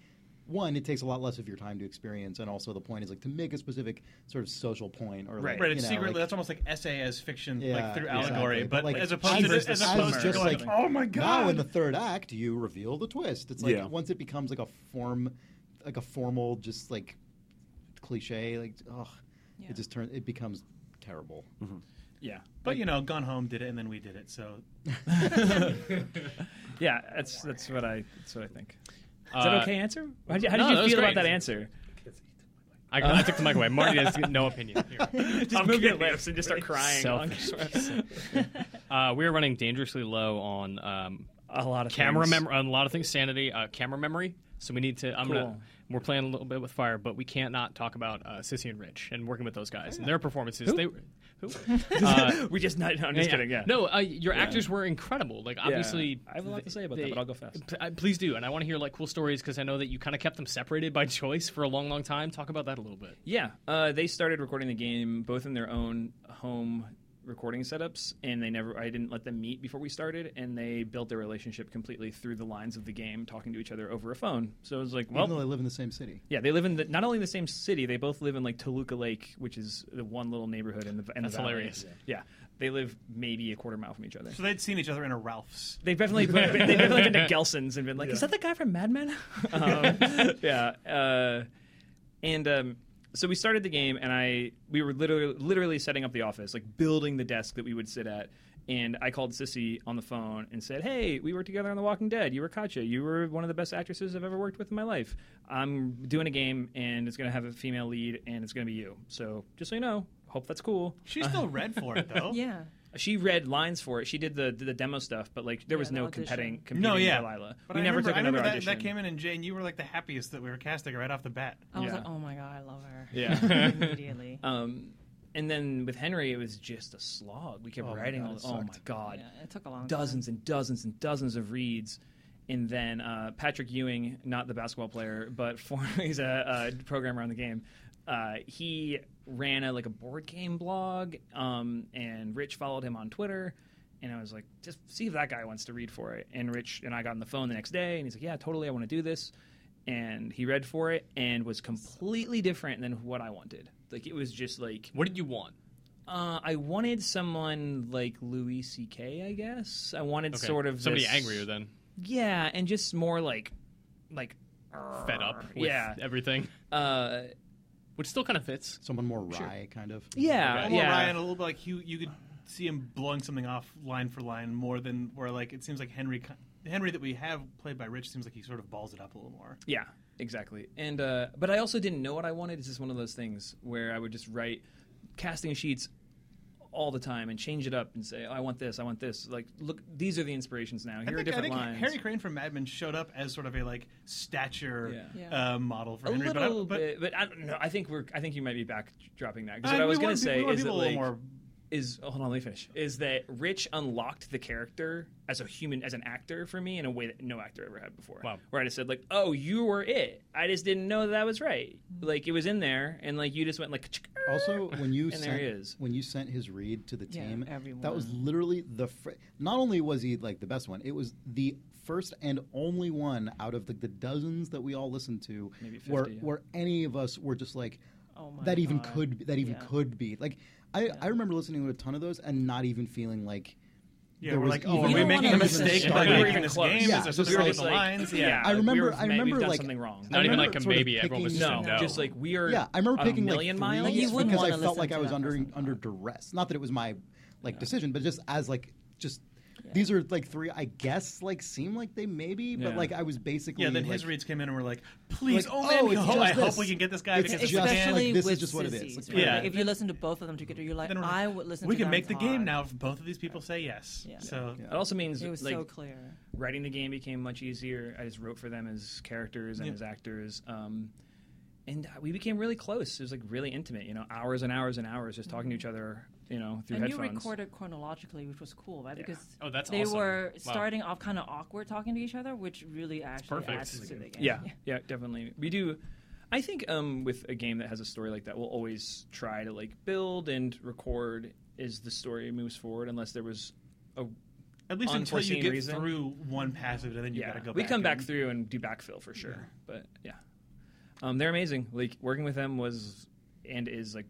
one it takes a lot less of your time to experience and also the point is like to make a specific sort of social point or
Right.
like,
Right,
you
it's
know,
secretly
like-
that's almost like essay as fiction,
Yeah,
like through
exactly.
allegory, but
like,
as opposed
as-
to as
as
opposed to
just
going,
like,
oh my god,
now in the third act you reveal the twist it's like
Yeah.
once it becomes like a form like a formal just like cliche like oh
Yeah.
it just turns it becomes terrible
yeah,
but you know, Gone Home did it, and then we did it. So
yeah, that's that's what I that's what I think. Is
Uh,
that okay answer? How did, how did
no, that
you
was
feel
great.
about that answer?
I, I took the mic away. Marty has no opinion here.
Just move your lips and just start crying.
Selfish. Uh, we are running dangerously low on um,
a lot of
camera
things.
memory, on a lot of things, sanity, uh, camera memory. So we need to. I'm gonna.
Cool.
We're playing a little bit with fire, but we can't not talk about uh, Sissy and Rich and working with those guys and their performances. They were. Who? Uh,
we just not. No, I'm just
yeah.
kidding. Yeah.
No, uh, your actors were incredible. Like
Yeah.
obviously,
I have a lot to say about that,
they-
but I'll go fast.
P- I- Please do, and I want to hear like cool stories because I know that you kind of kept them separated by choice for a long, long time. Talk about that a little bit.
Yeah, uh, they started recording the game both in their own home recording setups, and they never. I didn't let them meet before we started, and they built their relationship completely through the lines of the game, talking to each other over a phone. So it was like, well,
Even though they live in the same city.
yeah, they live in the, not only the same city, they both live in like Toluca Lake, which is the one little neighborhood in the in
That's
the valley.
hilarious.
Yeah, they live maybe a quarter mile from each other.
So they'd seen each other in a Ralph's.
They've definitely they've definitely been to Gelson's and been like, "Is that the guy from Mad Men?" um, yeah, uh, and um, so we started the game, and I we were literally literally setting up the office, like building the desk that we would sit at. And I called Sissy on the phone and said, "Hey, we were together on The Walking Dead. You were Katya. You were one of the best actresses I've ever worked with in my life. I'm doing a game, and it's going to have a female lead, and it's going to be you. So just so you know, hope that's cool."
She's still red for it though.
Yeah.
She read lines for it. She did the the demo stuff, but like there was
the
no
audition.
competing competing
No, yeah.
Delilah.
But
we
I
never
remember,
took
I
another
remember that,
audition.
That came in, and Jane, you were like the happiest that we were casting her right off the bat.
I was
Yeah.
like, oh my god, I love her.
Yeah.
Immediately.
um, and then with Henry, it was just a slog. We kept writing. all, oh my god,
Yeah, it took a long
dozens and dozens and dozens of reads. And then uh, Patrick Ewing, not the basketball player, but former, he's a, a programmer on the game. Uh, he ran a like a board game blog, um, and Rich followed him on Twitter. And I was like, just see if that guy wants to read for it. And Rich and I got on the phone the next day, and he's like, yeah, totally, I want to do this. And he read for it and was completely different than what I wanted. Like it was just like
What did you want?
uh, I wanted someone like Louis C.K. I guess I wanted
Okay.
sort of
somebody
this-
angrier than
Yeah, and just more like, like
fed up with
Yeah,
everything,
uh,
which still kind of fits.
Someone more wry, kind of.
yeah,
Or
yeah.
Ryan, a little bit like Hugh, you could see him blowing something off line for line more than where like it seems like Henry, ki- Henry that we have played by Rich seems like he sort of balls it up a little more.
Yeah, exactly. And uh, but I also didn't know what I wanted. It's just one of those things where I would just write casting sheets all the time and change it up and say, oh, I want this, I want this. Like, look, these are the inspirations now. Here
I
are
think,
different
I think
lines.
Harry Crane from Mad Men showed up as sort of a like stature
Yeah.
Yeah.
Uh, model for
a
Henry, but I-
little
but,
bit, but I don't know. I think we're. I think you might be backdropping that because
I
what I
mean,
was
we
going
want
to
pe- we
say
want
is that
people a
like
little more-
is oh, hold on, let me finish. Is that Rich unlocked the character as a human, as an actor for me in a way that no actor ever had before.
Wow.
Where I just said like, oh, you were it. I just didn't know that was right. Like it was in there, and like you just went like.
Also, when you
And
sent,
there he is.
when you sent his read to the
Yeah,
team, that
everyone.
was literally the. Fr- not only was he like the best one, it was the first and only one out of the, the dozens that we all listened to,
Maybe 50,
where
yeah.
where any of us were just like,
Oh my
that even
God.
could be, that even
Yeah.
could be like. I, I remember listening to a ton of those and not even feeling like
yeah,
there
we're
was
like, oh,
even-
are
You
we
don't
making a
wanna listen
mistake
to
by
it.
We were
making
even
this
close.
game?
Yeah,
Is this
just
sort of
like-
the lines?
yeah.
Yeah.
I
like, we
remember-
were-
I
we've
remember,
done
like-
something wrong.
Not even
remember
like a
sort of
baby. Everyone was just
picking-
saying no.
just like we are.
yeah, I remember
a
picking
million
like
miles.
Like, you
three
wouldn't
because I
wanna
felt
listen
like I
to
was
that
under
person.
under duress. Not that it was my like decision, but just as like just these are like three. I guess like seem like they maybe, but
Yeah.
like I was basically
Yeah, then his
like,
reads came in and we're like, please,
Like,
oh man,
oh, it's
oh, I
just
hope
this.
we can get this guy
It's
because
just
we can.
Especially
like, this is
with
just what it is.
sissies,
Like,
right?
yeah.
Like, if you listen to both of them together, you're like,
Then we're like,
I would listen.
we
to
can
them
make the
hard.
game now if both of these people say yes.
Yeah.
So
It also means
It was
like
so clear.
writing the game became much easier. I just wrote for them as characters and
Yeah.
as actors. Um, and uh, we became really close. It was like really intimate, you know, hours and hours and hours just talking to each other, you know, through
and
headphones.
you recorded chronologically, which was cool, right? Because
Oh, that's
they
awesome.
were
Wow.
starting off kind of awkward talking to each other, which really actually
perfect.
adds to the game.
yeah, yeah, definitely. We do. I think um, with a game that has a story like that, we'll always try to like build and record as the story moves forward, unless there was a
at least until you
Unforeseen
get
reason.
through one passage, and then you
yeah.
gotta go.
we
back
come back
and-
through and do backfill for sure. But yeah, um, they're amazing. Like working with them was and is like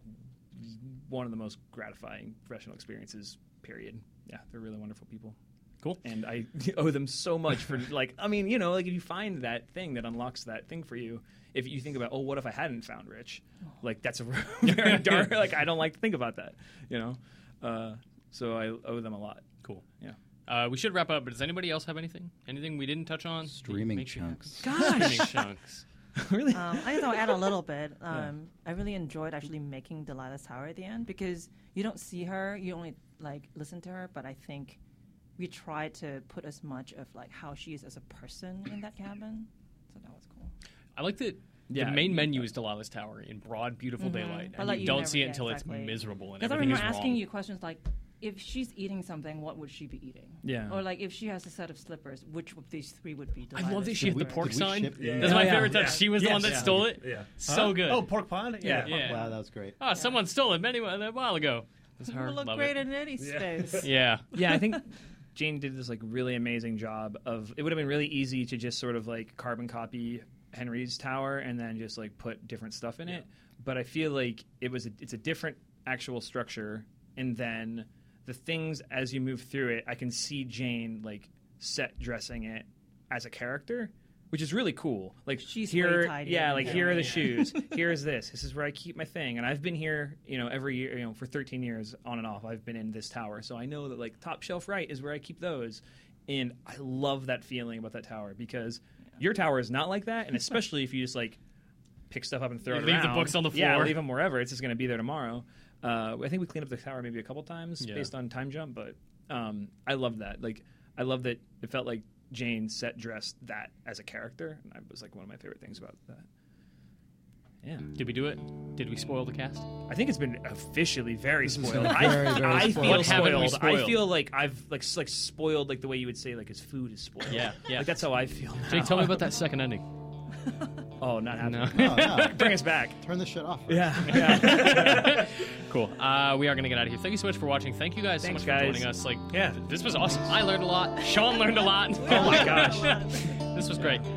one of the most gratifying professional experiences. Period. Yeah, they're really wonderful people.
Cool.
And I owe them so much for like I mean you know like if you find that thing that unlocks that thing for you, if you think about oh what if I hadn't found Rich,
Oh.
like that's a very dark like I don't like to think about that you know, uh, so I owe them a lot.
Cool.
Yeah.
Uh, we should wrap up, but does anybody else have anything? Anything we didn't touch on?
streaming
Make sure-
chunks.
Streaming chunks.
really.
Um, I guess I'll add a little bit. Um, I really enjoyed actually making Delilah's tower at the end because you don't see her, you only like listen to her. But I think we tried to put as much of like how she is as a person in that cabin, so that was cool.
I like that.
Yeah.
the main menu is Delilah's Tower in broad, beautiful daylight,
Mm-hmm. But,
and
like,
you
you
don't
never-
see it
yeah,
until
exactly.
it's miserable and
Because I
everything
remember
is wrong.
asking you questions like, if she's eating something, what would she be eating?
Yeah.
Or like, if she has a set of slippers, which of these three would be?
I
Delilah's
love that she had the
we-
pork
did we
sign.
ship in
That's my
that?
favorite
Yeah.
touch. She was the
Yes.
one that
Yeah.
stole it.
Yeah.
Huh?
So good.
Oh, pork pond. Yeah.
yeah.
Wow, that was great.
Ah, someone stole it many a while ago. It's
You
her.
look
Love
great
it.
in any space.
Yeah.
yeah, I think Jane did this like really amazing job of. It would have been really easy to just sort of like carbon copy Henry's tower and then just like put different stuff in it. But I feel like it was a, it's a different actual structure, and then the things as you move through it, I can see Jane like set dressing it as a character. Which is really cool. Like
She's way
here,
tidier
yeah.
than
Like here are the
Henry.
shoes. Here's this. This is where I keep my thing. And I've been here, you know, every year, you know, for 13 years on and off. I've been in this tower, so I know that like top shelf right is where I keep those. And I love that feeling about that tower because your tower is not like that, and especially if you just like pick stuff up and throw
You
it
leave the
around.
books on the
Yeah,
floor.
leave them wherever. It's just going to be there tomorrow. Uh, I think we cleaned up the tower maybe a couple times
Yeah.
based on time jump, but um, I love that. Like, I love that it felt like Jane set dressed that as a character, and that was like one of my favorite things about that. Yeah,
Did we do it? Did we spoil the cast?
I think it's been officially very
has
spoiled.
been
I,
very, very
I
spoiled.
feel
What haven't we
spoiled. I
spoiled?
feel like I've like s- like spoiled like the way you would say like his food is spoiled.
Yeah, yeah.
Like that's how I feel. Now.
Jake, tell me about that second ending.
Oh, not happening.
Oh, no.
Bring us back.
Turn this shit off.
yeah.
Cool. Uh, we are going to get out of here. Thank you so much for watching. Thank you guys
Thanks,
so much
guys.
for joining us. Like,
Yeah.
this was awesome. I learned a lot. Sean learned a lot.
Oh my gosh.
this was great.